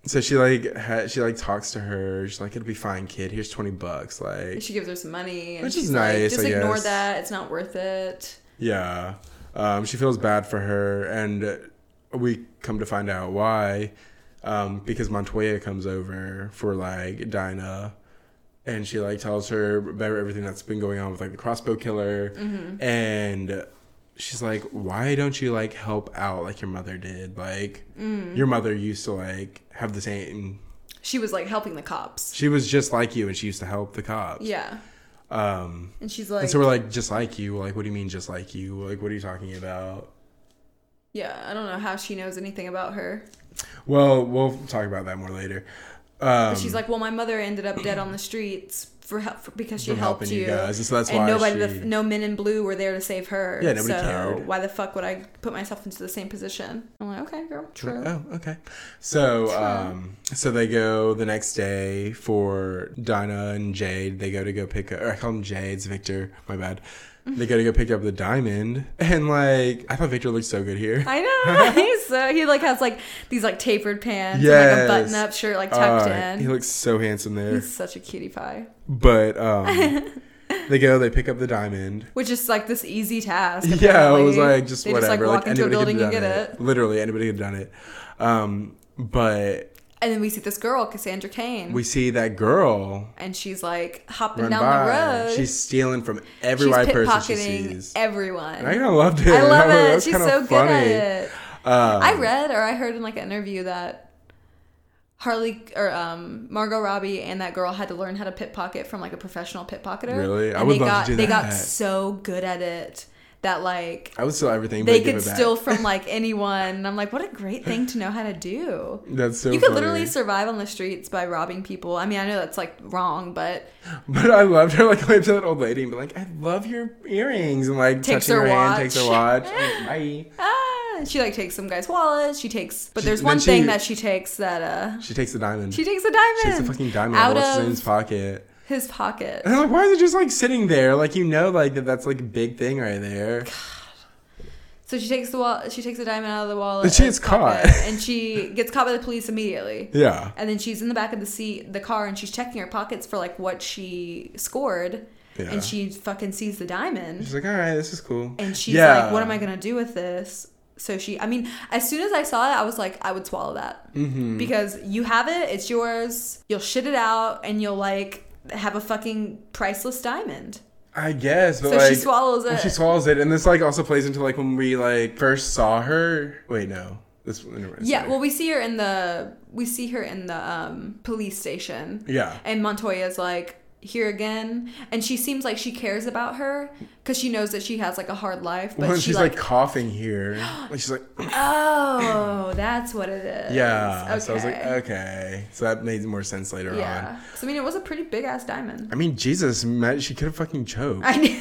S3: so she like ha- she like talks to her. She's like, it'll be fine, kid. Here's twenty bucks. Like,
S2: She gives her some money, and
S3: Which is
S2: she's like,
S3: nice,
S2: Just
S3: I
S2: ignore
S3: guess.
S2: that; it's not worth it.
S3: Yeah. Um, she feels bad for her, and we come to find out why. Um, because Montoya comes over for like Dinah, and she like tells her about everything that's been going on with like the crossbow killer,
S2: Mm-hmm.
S3: and she's like, "Why don't you like help out like your mother did? Like
S2: Mm.
S3: your mother used to like have the same.
S2: She was like helping the cops.
S3: She was just like you, and she used to help the cops.
S2: Yeah,
S3: Um,
S2: and she's like,
S3: and so we're like, just like you. Like, what do you mean, just like you? Like, what are you talking about?
S2: yeah, I don't know how she knows anything about her.
S3: Well, we'll talk about that more later. Um,
S2: She's like, well, my mother ended up dead on the streets for help for, because she
S3: From
S2: helped
S3: helping you
S2: you.
S3: guys, and so that's why
S2: nobody, the,
S3: she-
S2: no men in blue were there to save her.
S3: Yeah, nobody
S2: so
S3: cared.
S2: Why the fuck would I put myself into the same position? I'm like, okay, girl, true.
S3: oh, okay. So, um, so they go the next day for Dinah and Jade. They go to go pick up. Or I call him Jade. It's Victor. My bad.
S2: Mm-hmm.
S3: They go to go pick up the diamond, and like I thought Victor looked so good here.
S2: I know. He's so he like has like these like tapered pants, and, like a
S3: Yes.
S2: button up shirt like tucked
S3: Uh,
S2: in.
S3: He looks so handsome there.
S2: He's such a cutie pie.
S3: But um, they go. They pick up the diamond.
S2: Which is like this easy task.
S3: Yeah, I
S2: apparently.
S3: was like, just
S2: they
S3: whatever.
S2: Just, like, walk into a
S3: anybody
S2: building
S3: could
S2: and
S3: have
S2: get
S3: done
S2: it.
S3: Literally, anybody could have done it. Um, but
S2: And then we see this girl, Cassandra Kane,
S3: we see that girl
S2: and she's like hopping
S3: run
S2: down
S3: by.
S2: the road.
S3: She's stealing from every
S2: She's
S3: white person she
S2: pickpocketing
S3: sees.
S2: everyone.
S3: I kind of loved it.
S2: I love
S3: That
S2: it.
S3: was
S2: She's
S3: kinda
S2: so good at
S3: funny.
S2: it.
S3: Um,
S2: I read or I heard in like an interview that Harley or um, Margot Robbie and that girl had to learn how to pickpocket from like a professional pickpocketer.
S3: Really? I
S2: And
S3: would
S2: they
S3: love
S2: got,
S3: to do
S2: They got
S3: that.
S2: so good at it that like
S3: I would steal everything. But
S2: they
S3: I'd give
S2: could
S3: it back.
S2: steal from like anyone. And I'm like, what a great thing to know how to do.
S3: That's so.
S2: You could
S3: funny.
S2: literally survive on the streets by robbing people. I mean, I know that's like wrong, but
S3: But I loved her like going to that old lady and be like, "I love your earrings," and like
S2: Takes
S3: touching
S2: her
S3: her, hand,
S2: watch.
S3: takes her watch. like, Bye.
S2: ah, she like takes some guy's wallet. She takes, but
S3: She-
S2: there's
S3: then
S2: one thing
S3: she-
S2: that she takes that uh,
S3: She takes the diamond.
S2: she takes a diamond.
S3: She takes the fucking diamond
S2: out
S3: out of what's
S2: of
S3: in his pocket.
S2: his pocket.
S3: And I'm like, why is it just like sitting there? Like you know, like that that's like a big thing right there.
S2: So she takes the wall. She takes the diamond out of the wallet.
S3: And she
S2: and
S3: gets caught.
S2: pocket, and she gets caught by the police immediately.
S3: Yeah.
S2: And then she's in the back of the seat, the car, and she's checking her pockets for like what she scored.
S3: Yeah.
S2: And she fucking sees the diamond,
S3: She's like, all right, this is cool.
S2: and she's like, "What am I gonna do with this?" So she, I mean, as soon as I saw it, I was like, "I would swallow that," mm-hmm. because you have it, it's yours. You'll shit it out, and you'll like have a fucking priceless diamond.
S3: I guess, but
S2: So
S3: like
S2: she swallows it.
S3: She swallows it, and this like also plays into like when we like first saw her. Wait, no, this. Never mind,
S2: Yeah,
S3: sorry.
S2: well, we see her in the we see her in the um, police station.
S3: Yeah.
S2: and Montoya's like here again, and she seems like she cares about her because she knows that she has like a hard life. But
S3: Well,
S2: she
S3: she's
S2: like,
S3: like, coughing here. Like she's like,
S2: oh, that's what it is.
S3: yeah. So I was like, "Oh, okay. So that made more sense later on.
S2: yeah. So I mean, it was a pretty big ass diamond.
S3: I mean, Jesus, man, she could have fucking choked.
S2: I knew.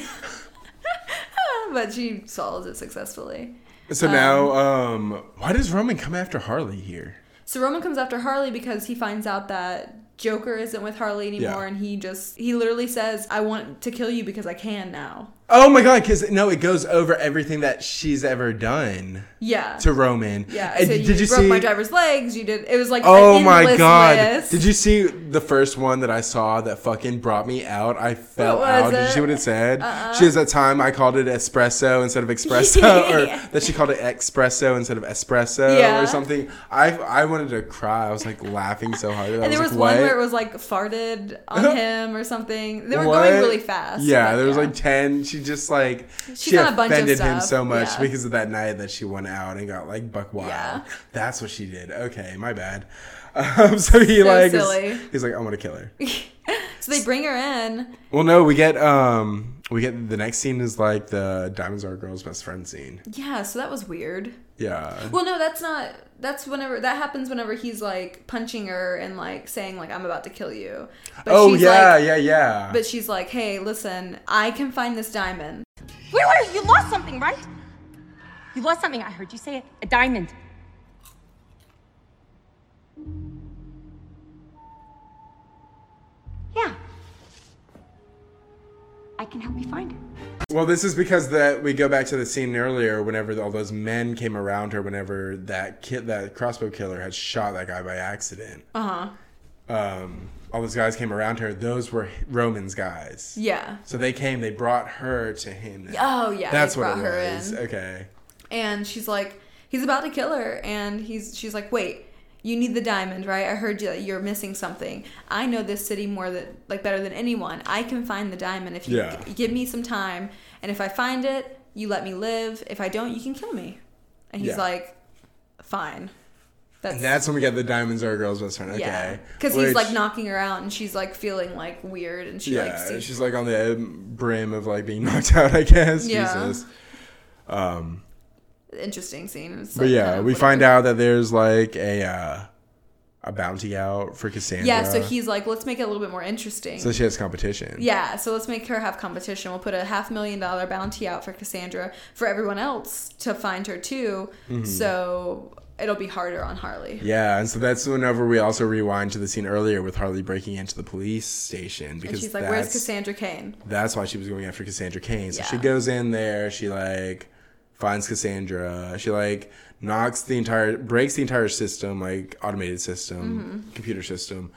S2: but she swallows it successfully.
S3: So now, um, why does Roman come after Harley here?
S2: So Roman comes after Harley because he finds out that Joker isn't with Harley anymore,
S3: Yeah.
S2: and he just he literally says, "I want to kill you because I can now."
S3: Oh my god! Because no, it goes over everything that she's ever done
S2: Yeah.
S3: to Roman.
S2: yeah.
S3: And
S2: so you, broke my driver's legs. You did. It was like
S3: Oh
S2: an
S3: my
S2: endless
S3: god!
S2: list.
S3: Did you see the first one that I saw that fucking brought me out? I
S2: What
S3: fell
S2: was
S3: out. Did you
S2: it? Uh-uh.
S3: see what it said? She has that time I called it espresso instead of espresso, or that she called it espresso instead of espresso
S2: Yeah.
S3: or something. I I wanted to cry. I was like laughing so hard. I
S2: And there
S3: was
S2: was
S3: like,
S2: one
S3: what?
S2: where it was like farted on him or something. They were
S3: What?
S2: going really fast.
S3: Yeah,
S2: but
S3: there was like ten. She just like she
S2: done a bunch of
S3: offended him
S2: stuff,
S3: so much
S2: yeah.
S3: because of that night that she went out and got like buck wild.
S2: Yeah.
S3: That's what she did. Okay, my bad. Um, so he like is-
S2: silly.
S3: he's like, I want to kill her.
S2: So they bring her in.
S3: well, no, we get um we get the next scene is like the diamonds are a girl's best friend scene.
S2: Yeah. So that was weird.
S3: Yeah.
S2: Well, no, that's not. That's whenever that happens. Whenever he's like punching her and like saying like I'm about to kill you. But
S3: oh yeah,
S2: Like,
S3: yeah, yeah.
S2: But she's like, hey, listen, I can find this diamond.
S5: Wait, wait, you lost something, right? You lost something. I heard you say it. A diamond. Yeah. I can help you find it.
S3: Well, this is because that we go back to the scene earlier. Whenever all those men came around her, whenever that kid, that crossbow killer, had shot that guy by accident. Uh
S2: Uh-huh.
S3: huh. Um, all those guys came around her. Those were Roman's guys.
S2: Yeah.
S3: So they came. They brought her to him.
S2: Oh yeah.
S3: That's
S2: they
S3: what
S2: brought
S3: it
S2: her
S3: was.
S2: in.
S3: Okay.
S2: And she's like, he's about to kill her, and he's she's like, wait. You need the diamond, right? I heard you, you're missing something. I know this city more than like better than anyone. I can find the diamond if you
S3: Yeah.
S2: g- give me some time. And if I find it, you let me live. If I don't, you can kill me. And he's
S3: Yeah.
S2: like, fine. That's
S3: And that's when we get the diamonds are a girl's best friend. Okay.
S2: yeah. Because he's like
S3: Which-
S2: knocking her out, and she's like feeling like weird, and she like
S3: Yeah,
S2: sees
S3: she's like on the um, brim of like being knocked out. I guess.
S2: Yeah.
S3: Jesus.
S2: interesting scene. It's,
S3: But
S2: like,
S3: yeah,
S2: kind of
S3: we
S2: whatever.
S3: find out that there's like a uh, a bounty out for Cassandra.
S2: Yeah, so he's like, let's make it a little bit more interesting.
S3: So she has competition.
S2: yeah, so let's make her have competition. We'll put a half million dollar bounty out for Cassandra for everyone else to find her too. So it'll be harder on Harley.
S3: Mm-hmm. Yeah, and so that's whenever we also rewind to the scene earlier with Harley breaking into the police station because
S2: And she's like,
S3: that's,
S2: where's Cassandra Kane?
S3: that's why she was going after Cassandra Kane. So she
S2: Yeah.
S3: goes in there, she like finds Cassandra, she like knocks the entire breaks the entire system, like automated system, computer system.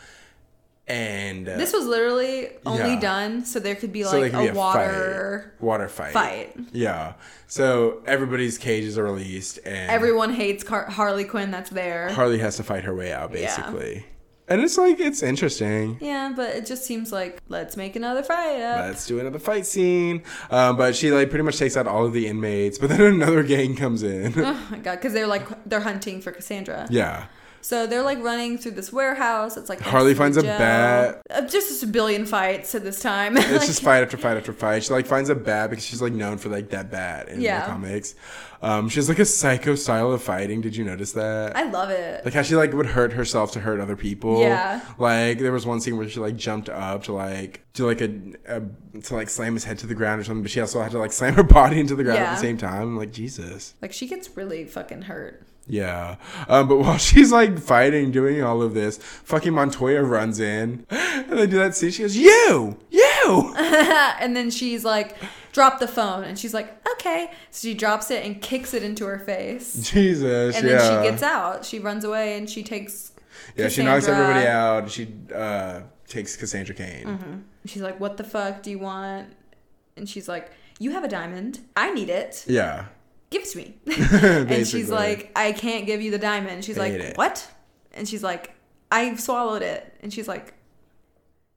S3: And uh,
S2: Mm-hmm. This was literally only
S3: Yeah.
S2: done so there could be
S3: so
S2: like
S3: there could
S2: a
S3: be
S2: water.
S3: fight, water fight.
S2: fight.
S3: Yeah. So everybody's cages are released and
S2: Everyone hates Car- Harley Quinn that's there.
S3: Harley has to fight her way out basically. And it's like it's interesting.
S2: yeah, but it just seems like let's make another fight up.
S3: Let's do another fight scene. Um, but she like pretty much takes out all of the inmates, but then another gang comes in.
S2: Oh my god, because they're like they're hunting for Cassandra.
S3: yeah.
S2: So they're like running through this warehouse. It's like
S3: Harley
S2: next to
S3: finds
S2: the
S3: a
S2: jail.
S3: bat.
S2: Uh, Just a billion fights at this time.
S3: It's just fight after fight after fight. She like finds a bat because she's like known for like that bat in
S2: Yeah.
S3: the comics. Um, she has like a psycho style of fighting. Did you notice that?
S2: I love it.
S3: like how she like would hurt herself to hurt other people.
S2: Yeah.
S3: Like there was one scene where she like jumped up to like do like a, a to like slam his head to the ground or something, but she also had to like slam her body into the ground at
S2: Yeah.
S3: the same time. I'm like Jesus.
S2: Like she gets really fucking hurt.
S3: Yeah. Um, but while she's like fighting, doing all of this, fucking Montoya runs in and they do that scene. She goes, You! You!
S2: Uh, And then she's like, drop the phone. And she's like, okay. So she drops it and kicks it into her face.
S3: Jesus.
S2: And
S3: yeah.
S2: then she gets out. She runs away and she takes.
S3: Yeah, she knocks
S2: Cassandra. Mm-hmm.
S3: everybody out. She uh, takes Cassandra Kane.
S2: She's like, what the fuck do you want? And she's like, you have a diamond. I need it.
S3: Yeah.
S2: give it to me.
S3: Basically.
S2: and she's like, I can't give you the diamond. She's like,
S3: Hate it.
S2: what? And she's like, I swallowed it. And she's like,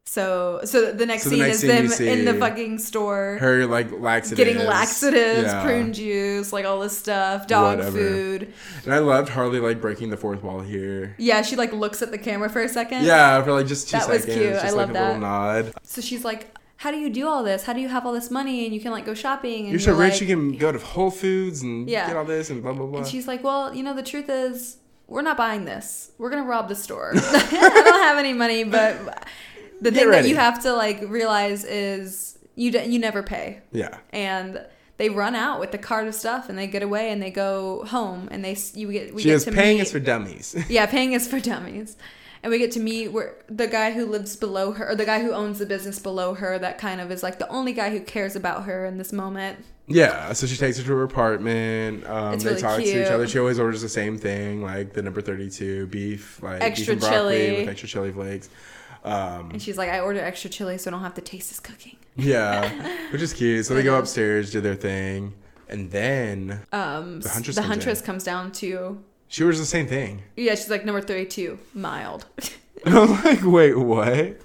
S2: so so the next
S3: So the
S2: scene
S3: next
S2: is
S3: scene you
S2: them in the
S3: see
S2: fucking store
S3: Her like laxatives.
S2: getting laxatives,
S3: Yeah.
S2: prune juice, like all this stuff, dog
S3: Whatever.
S2: food.
S3: And I loved Harley like breaking the fourth wall here.
S2: Yeah, she like looks at the camera for a second.
S3: Yeah, for like just two
S2: That was
S3: seconds.
S2: cute.
S3: Just
S2: I
S3: like
S2: love
S3: a little
S2: that.
S3: nod.
S2: So she's like, how do you do all this? How do you have all this money and you can like go shopping? And
S3: You're so rich
S2: like-
S3: you can go to Whole Foods and
S2: Yeah.
S3: get all this and blah blah blah.
S2: And she's like, "Well, you know, the truth is, we're not buying this. We're gonna rob the store. I don't have any money, but the thing that
S3: ready.
S2: you have to like realize is you d- you never pay,
S3: yeah.
S2: and they run out with the cart of stuff and they get away and they go home and they s- you get we
S3: She
S2: get
S3: is
S2: to
S3: paying
S2: meet,
S3: us for dummies.
S2: yeah paying us for dummies and we get to meet where the guy who lives below her or the guy who owns the business below her that kind of is like the only guy who cares about her in this moment
S3: yeah, so she takes her to her apartment. Um,
S2: It's
S3: they
S2: really
S3: talk to each
S2: cute.
S3: other. She always orders the same thing, like the number thirty-two beef, like beef
S2: Extra
S3: and broccoli
S2: chili.
S3: with extra chili flakes. Um,
S2: and she's like i order extra chili so i don't have to taste his cooking
S3: Yeah, which is cute. So they go upstairs, do their thing, and then
S2: um the huntress,
S3: huntress
S2: the
S3: comes in.
S2: huntress comes down to
S3: she orders the same thing.
S2: yeah she's like number 32 mild
S3: I'm like, wait, what?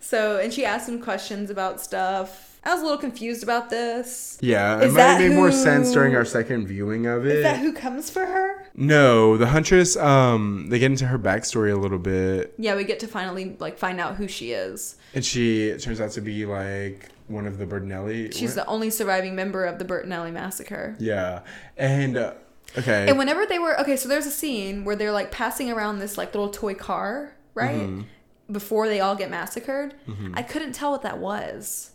S2: so and she asks him questions about stuff i was a little confused about this
S3: Yeah,
S2: Is
S3: it might have
S2: that
S3: made more sense
S2: who-
S3: during our second viewing of it.
S2: is that who comes for her
S3: no, the huntress. Um, they get into her backstory a little bit,
S2: yeah we get to finally like find out who she is
S3: and she it turns out to be like one of the Bertinelli.
S2: she's the only surviving member of the Bertinelli massacre
S3: yeah, and uh, okay,
S2: And whenever they were okay, so there's a scene where they're like passing around this like little toy car, right?
S3: Mm-hmm.
S2: Before they all get massacred. I couldn't tell what that was.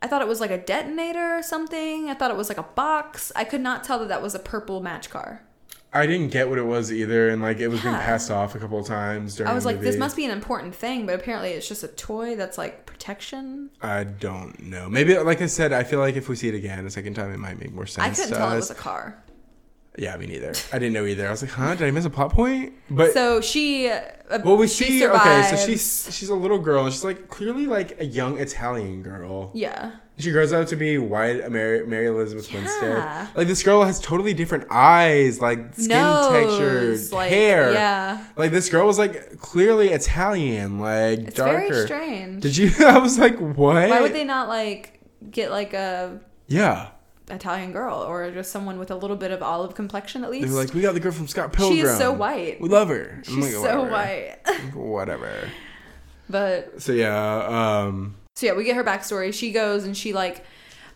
S2: I thought it was like a detonator or something. I thought it was like a box. I could not tell that that was a purple match car.
S3: I didn't get what it was either, and like it was being
S2: Yeah.
S3: passed off a couple of times during.
S2: I was
S3: the
S2: like, this
S3: movie.
S2: must be an important thing, but apparently it's just a toy that's like protection.
S3: I don't know. Maybe, like I said, I feel like if we see it again a second time, it might make more sense.
S2: I couldn't
S3: to
S2: tell it was
S3: us.
S2: a car.
S3: Yeah, me neither. I didn't know either. I was like, huh? Did I miss a plot point? But
S2: So she. Uh,
S3: well, we
S2: she
S3: see. Okay, so
S2: survives.
S3: she's she's a little girl, and she's like clearly like a young Italian girl.
S2: Yeah.
S3: She grows up to be white Mary, Mary Elizabeth
S2: Yeah.
S3: Winstead. Like this girl has totally different eyes, like skin texture,
S2: Nose, like,
S3: hair.
S2: yeah.
S3: Like this girl was like clearly Italian, like
S2: It's
S3: darker.
S2: very strange.
S3: Did you? I was like, what?
S2: Why would they not like get like a
S3: Yeah.
S2: Italian girl or just someone with a little bit of olive complexion at least.
S3: They were like, "Oh we got the girl from Scott Pilgrim.
S2: She is so white.
S3: We love her. I'm
S2: She's
S3: like,
S2: so
S3: whatever.
S2: white.
S3: Whatever.
S2: but
S3: So yeah, um,
S2: so yeah, we get her backstory. She goes and she like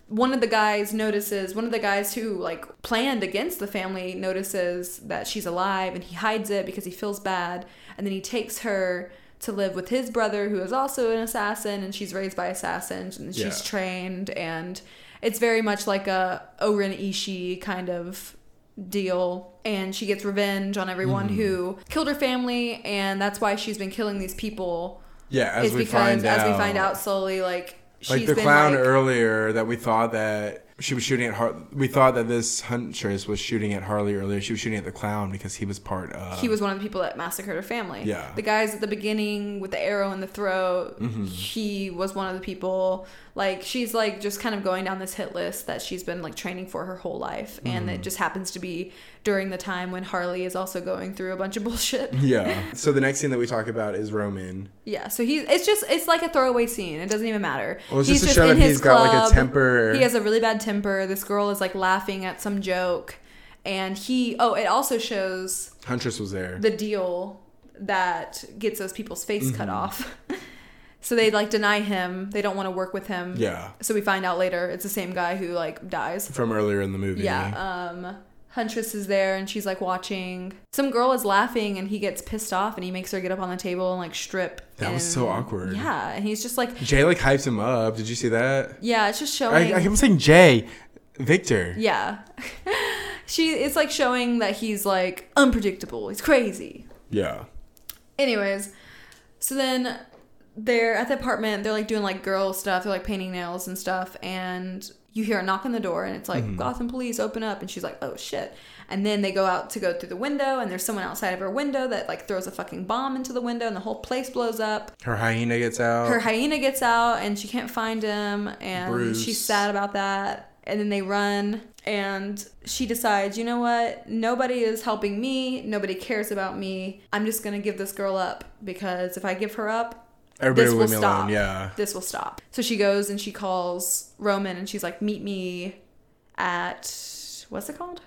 S2: one of the guys notices one of the guys who like planned against the family notices that she's alive and he hides it because he feels bad and then he takes her to live with his brother who is also an assassin and she's raised by assassins and she's
S3: Yeah.
S2: trained and it's very much like a Oren Ishii kind of deal and she gets revenge on everyone who killed her family and that's why she's been killing these people
S3: yeah. As
S2: is
S3: we
S2: because
S3: find
S2: as
S3: out,
S2: we find out slowly, like she's
S3: like the
S2: been
S3: clown
S2: like,
S3: earlier that we thought that she was shooting at Har. We thought that this huntress was shooting at Harley earlier. She was shooting at the clown because he was part of.
S2: he was one of the people that massacred her family.
S3: Yeah. Mm-hmm.
S2: the guys at the beginning with the arrow in the throat, he was one of the people. Like she's like just kind of going down this hit list that she's been like training for her whole life, and
S3: Mm-hmm.
S2: it just happens to be during the time when Harley is also going through a bunch of bullshit.
S3: Yeah. So the next thing that we talk about is Roman.
S2: Yeah, so he it's just it's like a throwaway scene. It doesn't even matter.
S3: Well, it's just to show that he's got, like, a temper.
S2: He has a really bad temper. This girl is like laughing at some joke, and he oh it also shows
S3: Huntress was there.
S2: the deal that gets those people's face
S3: Mm-hmm.
S2: cut off. so they like deny him. They don't want to work with him.
S3: Yeah.
S2: So we find out later it's the same guy who like dies.
S3: from earlier in the movie.
S2: Yeah. Um, Huntress is there and she's like watching. Some girl is laughing and he gets pissed off and he makes her get up on the table and like strip.
S3: That was
S2: and-
S3: so awkward.
S2: um, Yeah, and he's just like,
S3: Jay like hypes him up. Did you see that?
S2: yeah, it's just showing.
S3: I, I kept saying Jay, Victor.
S2: yeah. she it's like showing that he's like unpredictable. He's crazy.
S3: Yeah.
S2: Anyways, so then they're at the apartment. They're like doing like girl stuff. They're like painting nails and stuff. And you hear a knock on the door, and it's like
S3: Mm-hmm.
S2: Gotham police open up. And she's like, oh shit. And then they go out to go through the window, and there's someone outside of her window that like throws a fucking bomb into the window, and the whole place blows up.
S3: Her hyena gets out.
S2: Her hyena gets out, and she can't find him, and
S3: Bruce.
S2: she's sad about that. And then they run, and she decides, you know what? Nobody is helping me. Nobody cares about me. I'm just gonna give this girl up because if I give her up,
S3: Everybody
S2: this
S3: will
S2: will
S3: leave me
S2: stop.
S3: alone. Yeah.
S2: This will stop. So she goes and she calls Roman, and she's like, meet me at what's it called?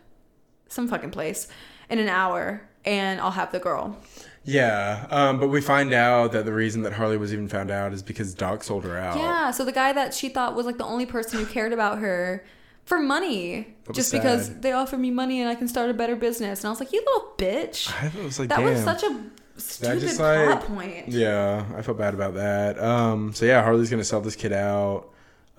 S2: Some fucking place in an hour, and I'll have the girl.
S3: Yeah, um, but we find out that the reason that Harley was even found out is because Doc sold her out.
S2: Yeah, so the guy that she thought was like the only person who cared about her for money,
S3: was
S2: just because
S3: sad.
S2: they offered me money and I can start a better business. And I was like, you little bitch.
S3: I was like,
S2: That was
S3: damn.
S2: such a stupid
S3: just, like-
S2: plot point.
S3: Yeah, I felt bad about that. Um, so yeah, Harley's gonna sell this kid out.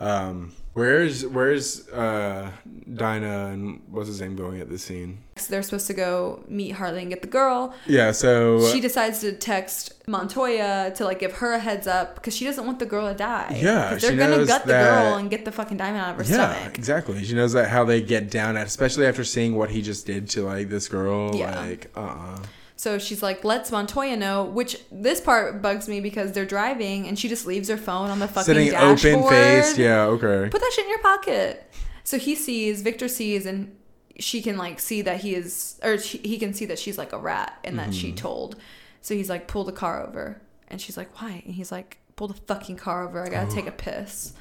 S3: Um, where's where's uh, Dinah and what's his name going at this scene?
S2: So they're supposed to go meet Harley and get the girl.
S3: Yeah, so
S2: She decides to text Montoya to like give her a heads up because she doesn't want the girl to die.
S3: Yeah,
S2: 'Cause they're
S3: she
S2: gonna
S3: knows
S2: gut the
S3: that-
S2: girl and get the fucking diamond out of her
S3: yeah,
S2: stomach.
S3: exactly. She knows that how they get down at, especially after seeing what he just did to like this girl.
S2: Yeah.
S3: Like, uh, uh
S2: So she's like, "Let's Montoya know." Which this part bugs me because they're driving and she just leaves her phone on the fucking
S3: sitting
S2: dashboard.
S3: open faced. Yeah, okay.
S2: put that shit in your pocket. So he sees, Victor sees, and she can like see that he is, or she, he can see that she's like a rat and that
S3: Mm-hmm.
S2: she told. So he's like, pull the car over. And she's like, why? And he's like, pull the fucking car over. I gotta take a piss.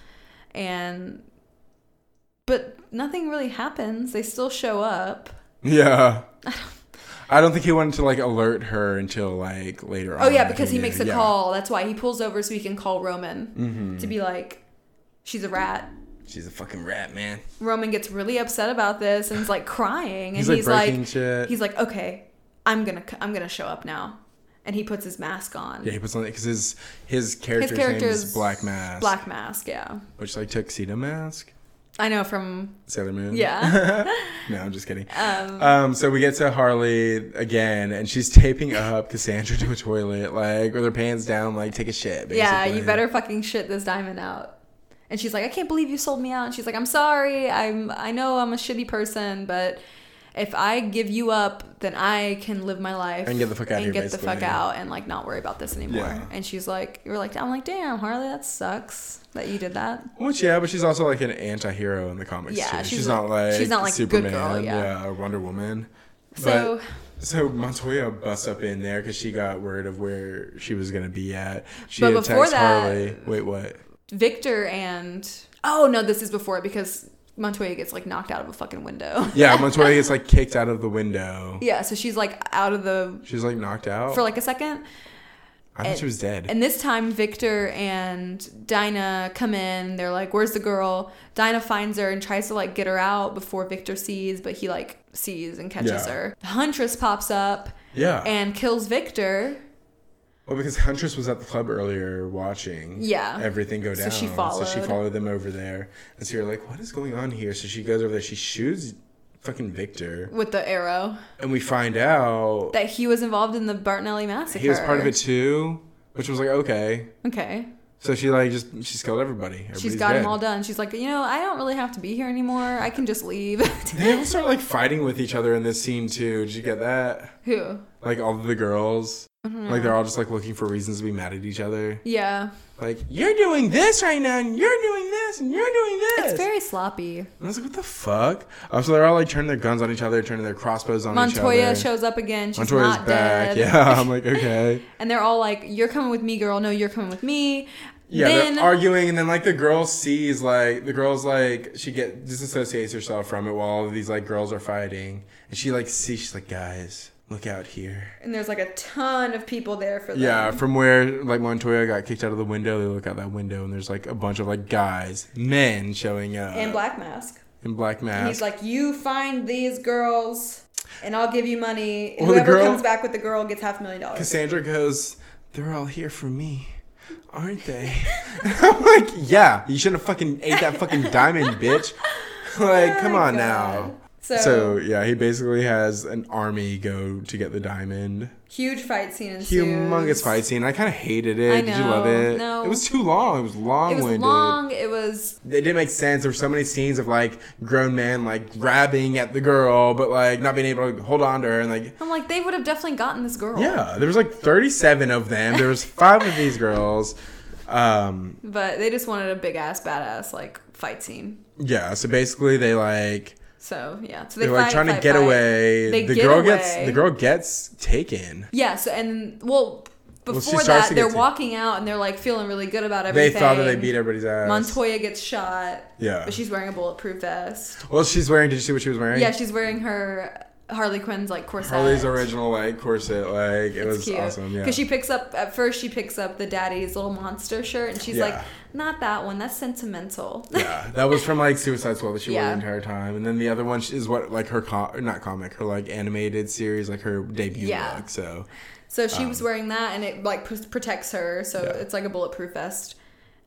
S2: And, but nothing really happens. They still show up.
S3: yeah. I don't think he wanted to like alert her until like later on.
S2: Oh,
S3: I
S2: yeah,
S3: think
S2: because he
S3: did.
S2: makes a
S3: Uh, Yeah. Mm-hmm.
S2: call. That's why he pulls over so he can call Roman to be like, she's a rat.
S3: She's a fucking rat, man.
S2: Roman gets really upset about this and is like crying and
S3: He's,
S2: he's,
S3: like,
S2: like,
S3: breaking shit.
S2: he's like okay I'm gonna c- I'm gonna show up now and he puts his mask on
S3: Yeah, he puts on because his his character's,
S2: character
S3: name is
S2: is
S3: Black Mask,
S2: black mask yeah
S3: which like tuxedo mask,
S2: I know from
S3: Sailor Moon.
S2: yeah
S3: No, I'm just kidding. Um, so we get to Harley again, and she's taping up Cassandra to a toilet, like with her pants down, like take a shit. Basically.
S2: yeah you better fucking shit this diamond out and she's like I can't believe you sold me out and she's like I'm sorry I'm I know I'm a shitty person but if I give you up then I can live my life
S3: And get the fuck out
S2: and
S3: of here,
S2: get the
S3: basically.
S2: fuck out and like not worry about this anymore
S3: Yeah.
S2: and she's like you were like I'm like damn Harley that sucks that you did that
S3: Which yeah, but she's also like an anti-hero in the comics.
S2: Yeah,
S3: too.
S2: she's
S3: she's, not like
S2: she's not, like, good girl,
S3: Superman,
S2: yeah.
S3: or Wonder Woman.
S2: So-
S3: But- so Montoya busts up in there because she got word of where she was gonna be at. She
S2: But
S3: attacks
S2: before that-
S3: Harley. Wait, what?
S2: Victor and oh no, this is before it because Montoya gets like knocked out of a fucking window.
S3: Yeah, Montoya gets like kicked out of the window.
S2: yeah, so she's like out of the
S3: She's like knocked out.
S2: for like a second.
S3: I thought she was dead.
S2: And this time Victor and Dinah come in. They're like, "Where's the girl?" Dinah finds her and tries to like get her out before Victor sees, but he like sees and catches
S3: Yeah.
S2: her. Huntress pops up
S3: yeah.
S2: and kills Victor.
S3: well, because Huntress was at the club earlier watching.
S2: Yeah.
S3: Everything go
S2: So
S3: down.
S2: she
S3: So she
S2: followed.
S3: followed them over there, and so you're like, "What is going on here?" So she goes over there. She shoots fucking Victor,
S2: With the arrow
S3: and we find out
S2: that he was involved in the Bartonelli massacre.
S3: he was part of it too, which was like okay.
S2: Okay,
S3: So she like just she's killed everybody.
S2: she's
S3: Everybody's
S2: got
S3: dead.
S2: him all done. She's like, you know, I don't really have to be here anymore. I can just leave.
S3: They all start like fighting with each other in this scene too. Did you get that?
S2: Who?
S3: Like all the girls,
S2: Mm-hmm.
S3: like they're all just like looking for reasons to be mad at each other.
S2: Yeah.
S3: like you're doing this right now and you're doing this and you're doing this
S2: It's very sloppy.
S3: and i was like what the fuck um, so they're all like turning their guns on each other turning their crossbows on each
S2: Montoya
S3: other
S2: shows up again. She's
S3: montoya's
S2: not
S3: back
S2: dead.
S3: yeah i'm like okay
S2: And they're all like, "You're coming with me, girl. No, you're coming with me."
S3: yeah
S2: Then
S3: they're arguing and then like the girl sees like the girl's like she get disassociates herself from it while all of these like girls are fighting and she like sees she's like guys look out here
S2: and there's like a ton of people there for them.
S3: yeah from where like montoya got kicked out of the window they look out that window and there's like a bunch of like guys men showing up
S2: And Black Mask.
S3: in black
S2: And
S3: masks
S2: he's like, "You find these girls, and I'll give you money.
S3: Well, the
S2: Whoever
S3: girl-
S2: comes back with the girl gets half a million dollars."
S3: Cassandra goes, They're all here for me, aren't they? I'm like, Yeah, you shouldn't have fucking ate that fucking diamond, bitch. Like, come on now.
S2: Oh So,
S3: So, yeah, he basically has an army go to get the diamond.
S2: huge fight scene ensues.
S3: Humongous fight scene. I kind of hated it.
S2: I
S3: Did you love
S2: know.
S3: it?
S2: No.
S3: It was too long. It was long
S2: It was
S3: winded.
S2: long. It was
S3: It didn't make sense. There were so many scenes of like grown men like grabbing at the girl, but like not being able to hold on to her and like
S2: I'm like, they would have definitely gotten this girl.
S3: Yeah, there was like 37 of them. There was five of these girls. Um,
S2: But they just wanted a big ass, badass, like, fight scene.
S3: yeah, so basically they like
S2: So, yeah. So they
S3: they're like
S2: fight,
S3: trying to
S2: fight,
S3: get
S2: fight.
S3: away.
S2: They
S3: the
S2: get
S3: girl gets
S2: away.
S3: the girl gets taken.
S2: Yeah, so, and, well, before
S3: starts
S2: that,
S3: to
S2: they're
S3: get to-
S2: walking out and they're, like, feeling really good about
S3: They
S2: everything.
S3: thought that they beat everybody's ass.
S2: Montoya gets shot.
S3: Yeah.
S2: But she's wearing a bulletproof vest.
S3: Well, she's wearing. Did you see what she was wearing?
S2: Yeah, she's wearing her Harley Quinn's, like, corset.
S3: Harley's original like corset. Like it was
S2: It's cute.
S3: awesome. Yeah.
S2: Because she picks up, at first, she picks up the daddy's little monster shirt and she's
S3: Yeah.
S2: like, not that one. That's sentimental.
S3: yeah, that was from like Suicide Squad that she wore
S2: Yeah.
S3: the entire time, and then the other one is what like her com- not comic, her like animated series, like her debut
S2: Yeah.
S3: look. So Um,
S2: So she was wearing that, and it like pr- protects her. So it's like a bulletproof vest.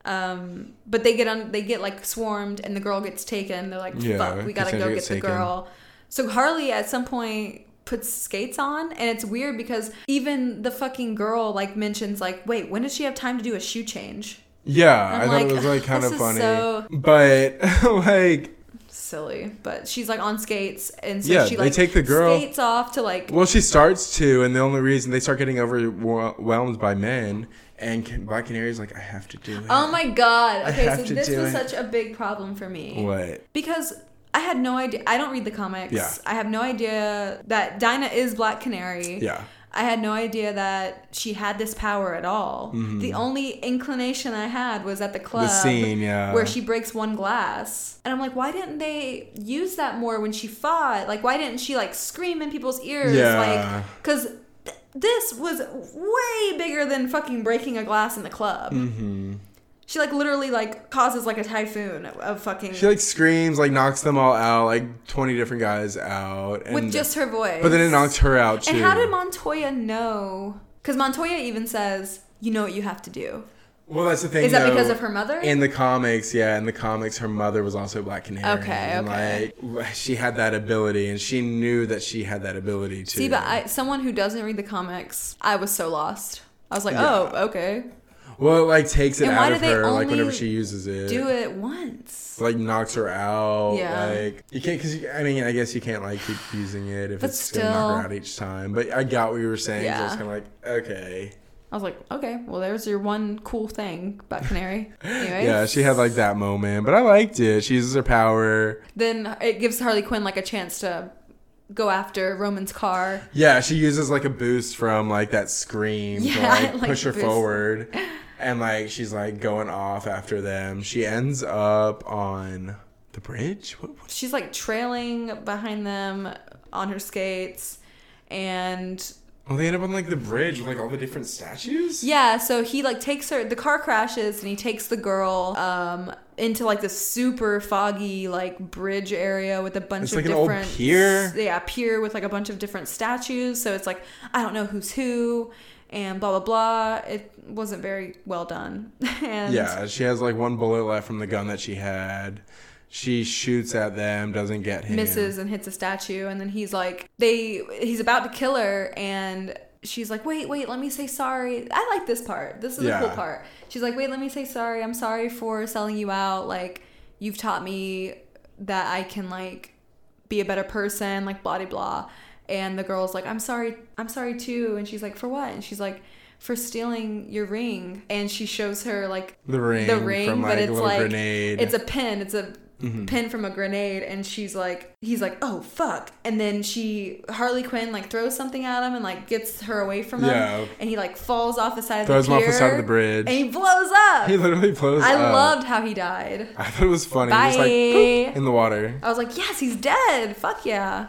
S2: Um, but they get on, they get like swarmed, and the girl gets taken. They're like,
S3: Yeah,
S2: "Fuck, we gotta
S3: Cassandra
S2: go get
S3: gets
S2: the
S3: taken.
S2: girl." So Harley at some point puts skates on, and it's weird because even the fucking girl like mentions like, "Wait, when does she have time to do a shoe change?"
S3: Yeah, i
S2: I'm
S3: thought
S2: like,
S3: it was like kind
S2: this
S3: of
S2: is
S3: funny,
S2: so-
S3: but like,
S2: Silly, but she's like on skates, and so
S3: Yeah,
S2: she
S3: they
S2: like
S3: take the girl-
S2: skates off to like
S3: well, she starts to, and the only reason they start getting overwhelmed by men, and Can- Black Canary's like, I have to do it.
S2: Oh my god. Okay,
S3: have
S2: so
S3: to
S2: this
S3: do
S2: was
S3: it.
S2: such a big problem for me.
S3: What?
S2: Because I had no idea. I don't read the comics.
S3: Yeah.
S2: I have no idea that Dinah is Black Canary.
S3: Yeah.
S2: I had no idea that she had this power at all. The only inclination I had was at the club
S3: Mm-hmm. scene, yeah.
S2: where she breaks one glass. And I'm like, why didn't they use that more when she fought? Like why didn't she like scream in people's ears
S3: Yeah.
S2: like cuz th- this was way bigger than fucking breaking a glass in the club.
S3: Mm-hmm.
S2: She like literally like causes like a typhoon of- of fucking
S3: She like screams, like knocks them all out, like twenty different guys out, and
S2: with just her voice.
S3: But then it knocks her out too.
S2: And how did Montoya know? Because Montoya even says, "You know what you have to do."
S3: well, that's the thing.
S2: Is that
S3: though.
S2: because of her mother?
S3: In the comics, yeah, in the comics, her mother was also Black Canary.
S2: Okay,
S3: and,
S2: okay.
S3: Like she had that ability, and she knew that she had that ability too.
S2: See, but I, someone who doesn't read the comics, I was so lost. I was like, "Oh, okay."
S3: well, it like takes it
S2: And why
S3: out
S2: do
S3: of
S2: they
S3: her, like
S2: only
S3: whenever she uses it.
S2: Do it once.
S3: Like knocks her out.
S2: Yeah.
S3: Like you can't, because I mean, I guess you can't like keep using it if
S2: But
S3: it's gonna knock her
S2: still.
S3: out each time. But I got what you were saying. So I was
S2: Yeah.
S3: kind of like, okay.
S2: I was like, "Okay, well, there's your one cool thing about Canary." Anyway,
S3: Yeah, she had like that moment, but I liked it. She uses her power.
S2: then it gives Harley Quinn like a chance to go after Roman's car.
S3: Yeah, she uses like a boost from like that scream to
S2: Yeah,
S3: like,
S2: I like
S3: push her
S2: the boost.
S3: forward. And like she's like going off after them. She ends up on the bridge. What, what-
S2: she's like trailing behind them on her skates and
S3: Oh, they end up on like the bridge with like all the different statues?
S2: yeah so he like takes her the car crashes and he takes the girl um into like this super foggy like bridge area with a bunch
S3: It's
S2: of
S3: like an old
S2: different
S3: pier.
S2: yeah pier with like a bunch of different statues so it's like i don't know who's who and blah blah blah it wasn't very well done and
S3: Yeah, she has like one bullet left from the gun that she had. She shoots at them, doesn't get him.
S2: misses and hits a statue and then he's like they he's about to kill her and she's like wait wait let me say sorry i like this part this is a cool
S3: Yeah.
S2: part she's like wait let me say sorry i'm sorry for selling you out like you've taught me that i can like be a better person like blah de blah and the girl's like i'm sorry i'm sorry too and she's like for what and she's like for stealing your ring and she shows her like
S3: The ring
S2: the ring,
S3: from, like,
S2: but
S3: a
S2: it's
S3: little
S2: like
S3: grenade.
S2: it's a pin. It's a
S3: Mm-hmm.
S2: pin from a grenade, and she's like, he's like, oh fuck, and then she Harley Quinn like throws something at him and like gets her away from him,
S3: Yeah.
S2: and he like falls off the side of
S3: Throws
S2: the
S3: him off the
S2: pier,
S3: side of the bridge.
S2: and he blows up.
S3: He literally blows
S2: I
S3: up.
S2: loved how he died.
S3: I thought it was funny. Just like
S2: Bye.
S3: poop in the water.
S2: I was like, yes, he's dead. Fuck yeah,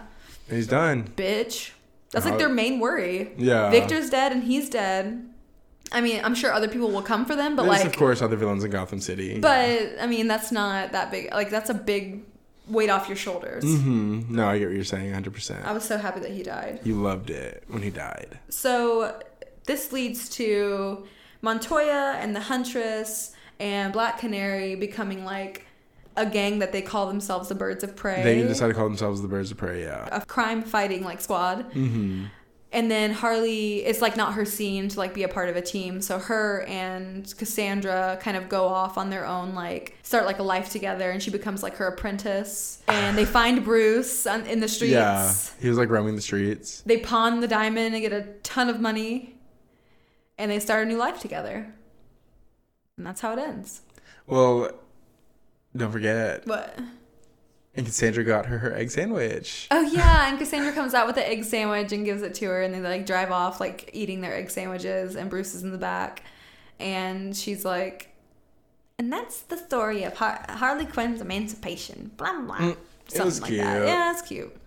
S3: And he's done.
S2: bitch. That's like their main worry.
S3: Uh, Yeah.
S2: Victor's dead and he's dead. I mean, I'm sure other people will come for them, but
S3: There's
S2: like,
S3: of course other villains in Gotham City.
S2: but I mean, that's not that big. Like, that's a big weight off your shoulders.
S3: Mhm. no, I get what you're saying 100%.
S2: I was so happy that he died.
S3: you loved it when he died.
S2: So this leads to Montoya and the Huntress and Black Canary becoming like a gang that they call themselves the Birds of Prey.
S3: They decided to call themselves the Birds of Prey, yeah.
S2: a crime fighting like squad.
S3: Mm-hmm.
S2: And then Harley, it's like not her scene to like be a part of a team. So her and Cassandra kind of go off on their own, like start like a life together, and she becomes like her apprentice. And they find Bruce on, in the streets.
S3: Yeah. He was like roaming the streets.
S2: They pawn the diamond and get a ton of money, and they start a new life together. And that's how it ends.
S3: Well, don't forget.
S2: What?
S3: And Cassandra got her her egg sandwich.
S2: Oh yeah, and Cassandra comes out with the egg sandwich and gives it to her, and they like drive off, like eating their egg sandwiches, and Bruce is in the back, and she's like, and that's the story of Har- Harley Quinn's emancipation. Blah blah. blah. Something
S3: Mm, was
S2: like that.
S3: cute.
S2: Yeah, it's cute.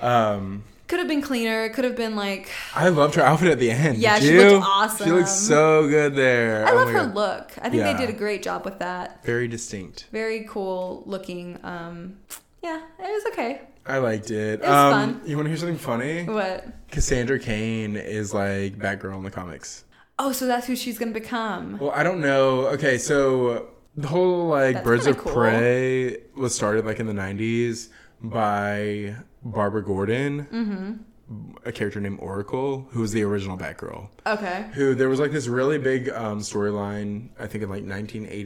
S3: Um,
S2: Could have been cleaner. Could have been like
S3: I loved her outfit at the end.
S2: Yeah,
S3: Did
S2: she looked
S3: you?
S2: awesome.
S3: She looked so good there.
S2: I
S3: Oh
S2: love
S3: my
S2: her
S3: God.
S2: look. I think
S3: Yeah.
S2: they did a great job with that.
S3: Very distinct.
S2: Very cool looking. Um, yeah, it was okay.
S3: I liked it. It
S2: was
S3: um,
S2: fun.
S3: You want to hear something funny?
S2: What?
S3: Cassandra Kane is like Batgirl in the comics.
S2: Oh, so that's who she's gonna become.
S3: Well, I don't know. Okay, so the whole like
S2: That's
S3: Birds
S2: kinda
S3: of
S2: cool.
S3: Prey was started like in the '90s by Barbara Gordon,
S2: Mm-hmm.
S3: a character named Oracle, who was the original Batgirl.
S2: Okay.
S3: Who there was like this really big um, storyline, I think in like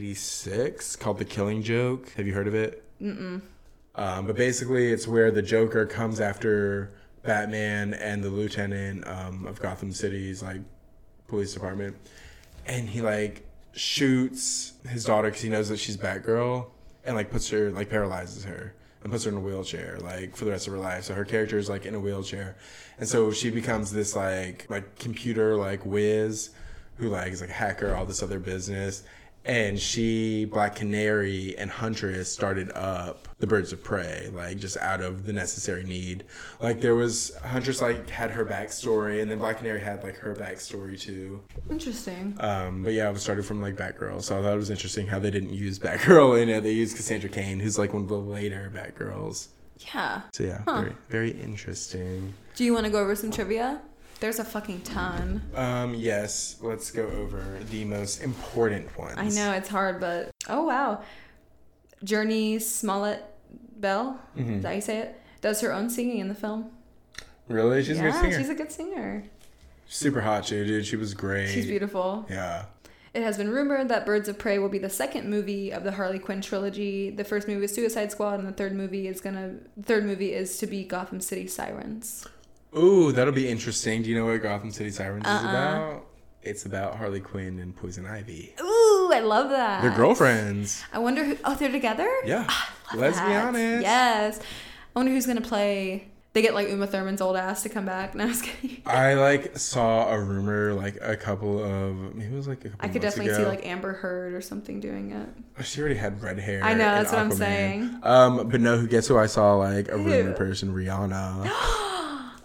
S3: 1986, called The Killing Joke. Have you heard of it? Mm-mm. Um, but basically, it's where the Joker comes after Batman and the lieutenant um, of Gotham City's like police department, and he like shoots his daughter because he knows that she's Batgirl, and like puts her like paralyzes her and puts her in a wheelchair like for the rest of her life. So her character is like in a wheelchair, and so she becomes this like like computer like whiz who like is like a hacker, all this other business. And she, Black Canary, and Huntress started up the Birds of Prey, like just out of the necessary need. Like there was Huntress, like had her backstory, and then Black Canary had like her backstory too.
S2: Interesting.
S3: Um, but yeah, it was started from like Batgirl, so I thought it was interesting how they didn't use Batgirl in it. They used Cassandra Cain, who's like one of the later Batgirls.
S2: yeah.
S3: So yeah, very very interesting.
S2: Do you want to go over some trivia? There's a fucking ton.
S3: Um, yes, let's go over the most important ones.
S2: I know it's hard, but oh wow. Journey Smollett Bell,
S3: Mm-hmm.
S2: is that how you say it? Does her own singing in the film.
S3: Really, she's a good
S2: yeah,
S3: singer.
S2: she's a good singer.
S3: Super hot too, dude. She was great.
S2: She's beautiful.
S3: Yeah.
S2: It has been rumored that Birds of Prey will be the second movie of the Harley Quinn trilogy. The first movie was Suicide Squad, and the third movie is gonna. The third movie is to be Gotham City Sirens.
S3: Ooh, that'll be interesting. Do you know what Gotham City Sirens is
S2: Uh-uh.
S3: about? It's about Harley Quinn and Poison Ivy.
S2: Ooh, I love that.
S3: They're girlfriends.
S2: I wonder who. Oh, they're together.
S3: Yeah.
S2: Love
S3: Let's be
S2: that.
S3: honest.
S2: Yes. I wonder who's gonna play. They get like Uma Thurman's old ass to come back. No, I was kidding.
S3: I like saw a rumor like a couple of maybe it was like a couple
S2: I could
S3: months
S2: definitely
S3: ago. Oh,
S2: see like Amber Heard or something doing it.
S3: she already had red hair.
S2: I know,
S3: in
S2: that's what I'm
S3: Aquaman.
S2: saying.
S3: Um, but no, who guess who I saw like a rumor
S2: Who?
S3: person Rihanna.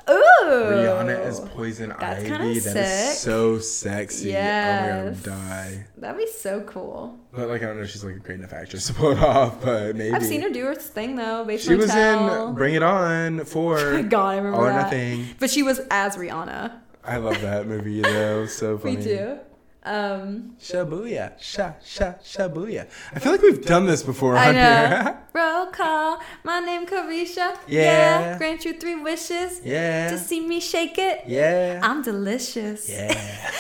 S2: Ooh.
S3: Rihanna is Poison
S2: That's
S3: Ivy.
S2: kinda
S3: That
S2: sick.
S3: is so sexy. Oh my god,
S2: Yes.
S3: I'm die.
S2: That'd be so cool.
S3: But like I don't know if she's like a great enough actress to pull it off, but maybe
S2: I've seen her do her thing though. Bates
S3: She was
S2: Motel.
S3: in Bring It On for
S2: Oh my god, I remember
S3: All or
S2: that.
S3: Nothing.
S2: But she was as Rihanna.
S3: I love that movie though. So funny.
S2: We do. Um,
S3: Shabuya, sha sha shabuya. I feel like we've done this before
S2: I
S3: on
S2: know.
S3: here.
S2: Roll call. My name Carisha. Yeah.
S3: Yeah.
S2: Grant you three wishes.
S3: yeah.
S2: To see me shake it.
S3: yeah.
S2: I'm delicious.
S3: yeah.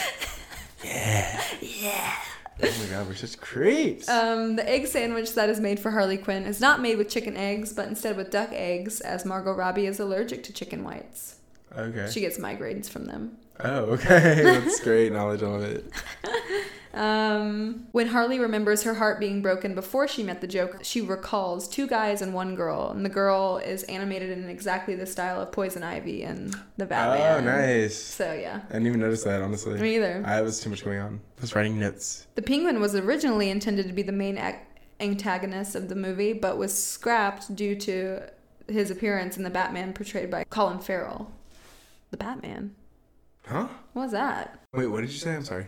S3: Yeah. Oh my god, we're such creeps.
S2: Um, the egg sandwich that is made for Harley Quinn is not made with chicken eggs, but instead with duck eggs, as Margot Robbie is allergic to chicken whites.
S3: okay.
S2: She gets migraines from them.
S3: oh, okay. That's great knowledge of it.
S2: Um, when Harley remembers her heart being broken before she met the Joker, she recalls two guys and one girl, and the girl is animated in exactly the style of Poison Ivy and the Batman.
S3: Oh, nice.
S2: So yeah.
S3: I didn't even notice that, honestly.
S2: Me either.
S3: I was too much going on. I was writing notes.
S2: The Penguin was originally intended to be the main ac- antagonist of the movie, but was scrapped due to his appearance in the Batman portrayed by Colin Farrell. The Batman.
S3: Huh?
S2: What was that?
S3: Wait, what did you say? I'm sorry.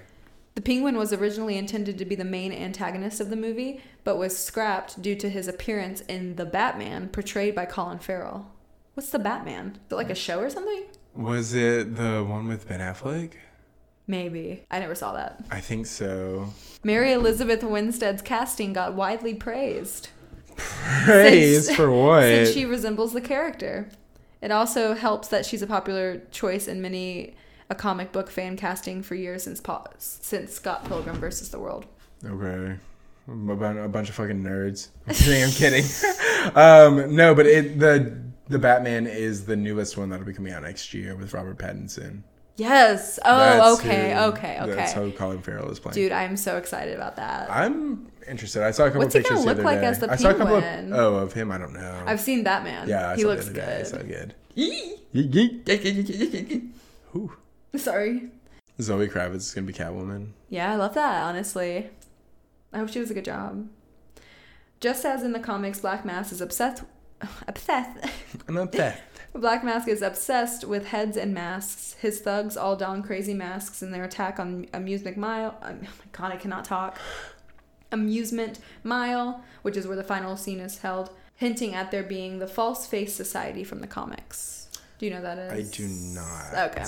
S2: The Penguin was originally intended to be the main antagonist of the movie, but was scrapped due to his appearance in The Batman portrayed by Colin Farrell. What's The Batman? Is it like a show or something?
S3: Was it the one with Ben Affleck?
S2: Maybe. I never saw that.
S3: I think so.
S2: Mary Elizabeth Winstead's casting got widely praised.
S3: Praise for what?
S2: Since she resembles the character. It also helps that she's a popular choice in many a comic book fan casting for years since pa- since Scott Pilgrim versus the World.
S3: Okay. A bun- a bunch of fucking nerds. I'm kidding. I'm kidding. um, no, but it the the Batman is the newest one that'll be coming out next year with Robert Pattinson.
S2: Yes. Oh,
S3: That's
S2: okay,
S3: who-
S2: okay,
S3: That's
S2: okay.
S3: how Colin Farrell is playing.
S2: Dude, I am so excited about that.
S3: I'm interested. I saw a couple
S2: What's he
S3: pictures
S2: gonna
S3: the
S2: look
S3: other
S2: like
S3: day.
S2: as the
S3: I saw a couple of
S2: Penguin?
S3: oh of him. I don't know.
S2: I've seen Batman.
S3: yeah, I
S2: he
S3: saw
S2: looks
S3: the other day.
S2: good.
S3: It's not good. Yee. Ooh.
S2: Sorry.
S3: Zoe Kravitz is gonna be Catwoman.
S2: Yeah, I love that, honestly. I hope she does a good job. Just as in the comics, Black Mass is obsessed obsessed
S3: I'm up there.
S2: Black Mask is obsessed with heads and masks. His thugs all don crazy masks in their attack on Amusement Mile. Um, oh my god, I cannot talk. Amusement Mile, which is where the final scene is held, hinting at there being the False Face Society from the comics. Do you know that
S3: I
S2: is?
S3: do not.
S2: Okay.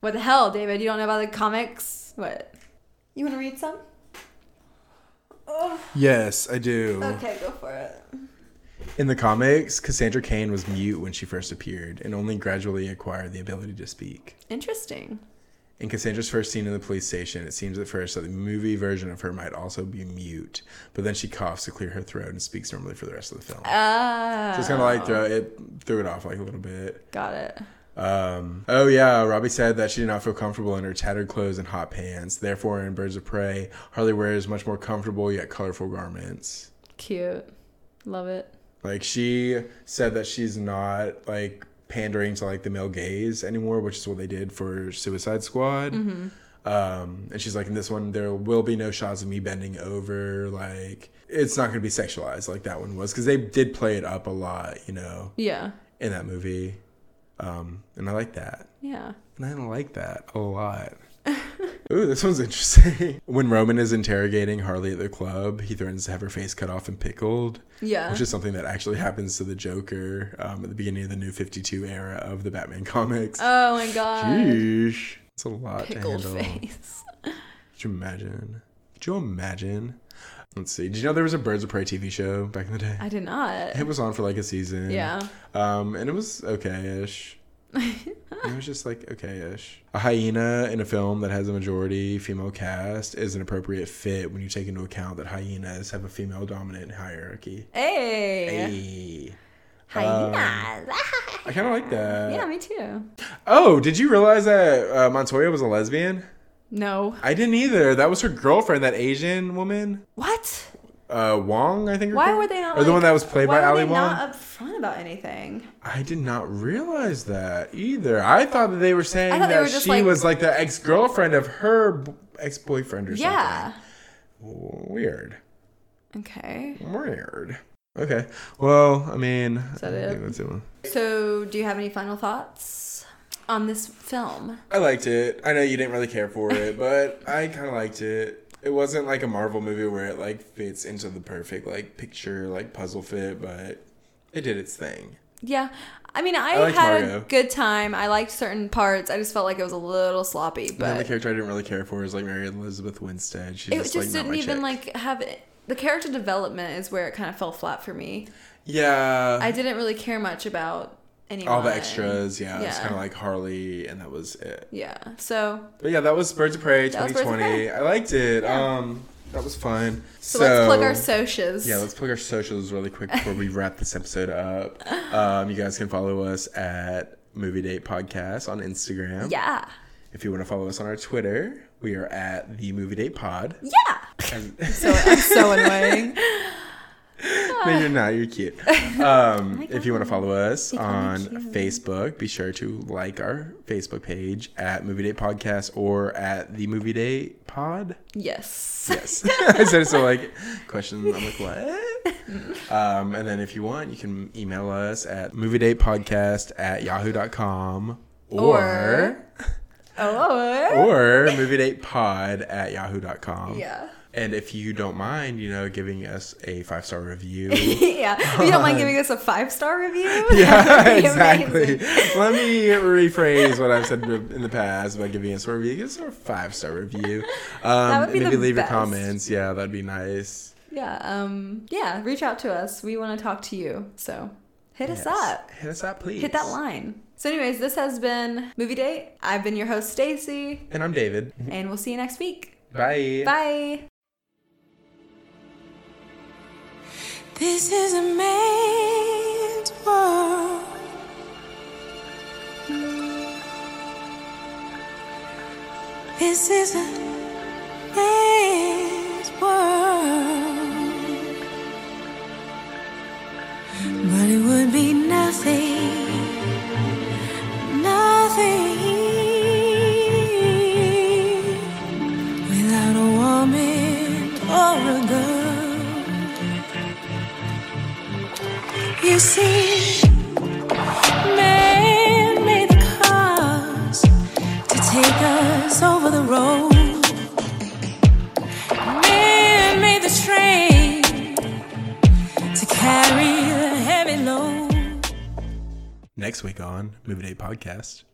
S2: What the hell, David? You don't know about the comics? What? You want to read some?
S3: Yes, I do.
S2: Okay, go for it.
S3: In the comics, Cassandra Cain was mute when she first appeared and only gradually acquired the ability to speak.
S2: Interesting.
S3: In Cassandra's first scene in the police station, it seems at first that the movie version of her might also be mute, but then she coughs to clear her throat and speaks normally for the rest of the film.
S2: Ah,
S3: It's kind of like throw it threw it off like a little bit.
S2: got it.
S3: Um, oh yeah, Robbie said that she did not feel comfortable in her tattered clothes and hot pants. Therefore, in Birds of Prey, Harley wears much more comfortable yet colorful garments.
S2: Cute. Love it.
S3: Like she said that she's not like pandering to like the male gaze anymore, which is what they did for Suicide Squad. Um, and she's like, in this one, there will be no shots of me bending over. Like it's not going to be sexualized like that one was because they did play it up a lot, you know,
S2: Yeah.
S3: in that movie. Um, and I like that.
S2: Yeah.
S3: And I like that a lot. Ooh, this one's interesting. when Roman is interrogating Harley at the club, he threatens to have her face cut off and pickled.
S2: Yeah.
S3: Which is something that actually happens to the Joker um, at the beginning of the new 52 era of the Batman comics.
S2: Oh my god.
S3: Sheesh. It's a lot
S2: Pickled
S3: to handle.
S2: face.
S3: Could you imagine? Could you imagine? Let's see. Did you know there was a Birds of Prey TV show back in the day?
S2: I did not.
S3: It was on for like a season.
S2: Yeah.
S3: Um, and it was okay ish. it was just like okay ish. A hyena in a film that has a majority female cast is an appropriate fit when you take into account that hyenas have a female dominant hierarchy.
S2: Hey.
S3: Hey.
S2: Hyenas.
S3: Eh, um, I kind of like that.
S2: yeah, me too.
S3: Oh, did you realize that uh, Montoya was a lesbian?
S2: No.
S3: I didn't either. That was her girlfriend, that Asian woman,
S2: What?
S3: uh, Wong, I think. her
S2: Why
S3: name-
S2: were they not?
S3: Or the
S2: like-
S3: one that was played
S2: why
S3: by
S2: were
S3: Ali
S2: they
S3: Wong.
S2: Not upfront about anything.
S3: I did not realize that either. I thought that they were saying
S2: I thought
S3: that
S2: they were just
S3: she
S2: like-
S3: was like the ex girlfriend of her b- ex boyfriend or
S2: Yeah.
S3: something. Weird.
S2: Okay.
S3: Weird. Okay. Well, I mean,
S2: that
S3: I
S2: it?
S3: think that's it.
S2: So, do you have any final thoughts on this film?
S3: I liked it. I know you didn't really care for it, but I kind of liked it. It wasn't like a Marvel movie where it like fits into the perfect like picture like puzzle fit, but it did its thing.
S2: Yeah. I mean, I,
S3: I liked
S2: had a
S3: Mario.
S2: good time. I liked certain parts. I just felt like it was a little sloppy,
S3: And then the
S2: but
S3: character I didn't really care for was like Mary Elizabeth Winstead. She
S2: it
S3: just,
S2: just
S3: like, not
S2: didn't
S3: my
S2: even
S3: chick.
S2: like have it. The character development is where it kind of fell flat for me.
S3: yeah.
S2: I didn't really care much about anyone.
S3: all the extras. Yeah, it's
S2: Yeah.
S3: kind of like Harley, and that was it.
S2: Yeah. So,
S3: But yeah, that was Birds of Prey
S2: was Birds of
S3: 2020.
S2: Prey.
S3: I liked it. Um, that was fun.
S2: so, let's plug our socials.
S3: Yeah, let's plug our socials really quick before we wrap this episode up. Um, you guys can follow us at Movie Date Podcast on Instagram.
S2: yeah.
S3: If you want to follow us on our Twitter, we are at the Movie Date Pod.
S2: Yeah.
S3: And-
S2: so, I'm so annoying.
S3: no, you're not. You're cute.
S2: Oh
S3: Um, if you want to follow us on Facebook, be sure to like our Facebook page at Movie Date Podcast or at the Movie Date Pod.
S2: Yes.
S3: Yes, I said it so. Like question. I'm like what? Um, and then if you want, you can email us at Movie Date Podcast at yahoo.com or
S2: Oh.
S3: or, Movie Date Pod at yahoo.com.
S2: Yeah.
S3: And if you don't mind, you know, giving us a five star review.
S2: yeah. If you don't mind giving us a five star review?
S3: Yeah,
S2: That'd be
S3: exactly.
S2: amazing.
S3: Let me rephrase what I've said in the past about giving us a review. Give us a five star review. Um,
S2: would be the
S3: maybe leave
S2: best.
S3: your comments. Yeah, that'd be nice.
S2: Yeah. Um, yeah. Reach out to us. We want to talk to you. So hit us up.
S3: Hit us up, please.
S2: Hit that line. So, anyways, this has been Movie Date. I've been your host, Stacy,
S3: And I'm David.
S2: and we'll see you next week.
S3: Bye.
S2: Bye.
S6: This is a man's world. This is a man's world. But it would be nothing, nothing without a woman or a girl. You see, man made the cars to take us over the road. Man made the train to carry the heavy load.
S3: Next week on Movie Day Podcast.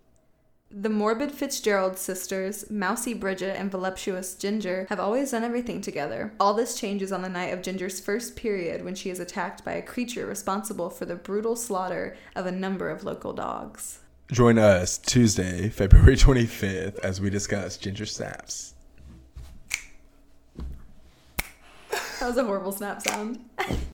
S2: The morbid Fitzgerald sisters, Mousy Bridget and voluptuous Ginger, have always done everything together. All this changes on the night of Ginger's first period when she is attacked by a creature responsible for the brutal slaughter of a number of local dogs.
S3: Join us Tuesday, February 25th, as we discuss Ginger Snaps.
S2: That was a horrible snap sound.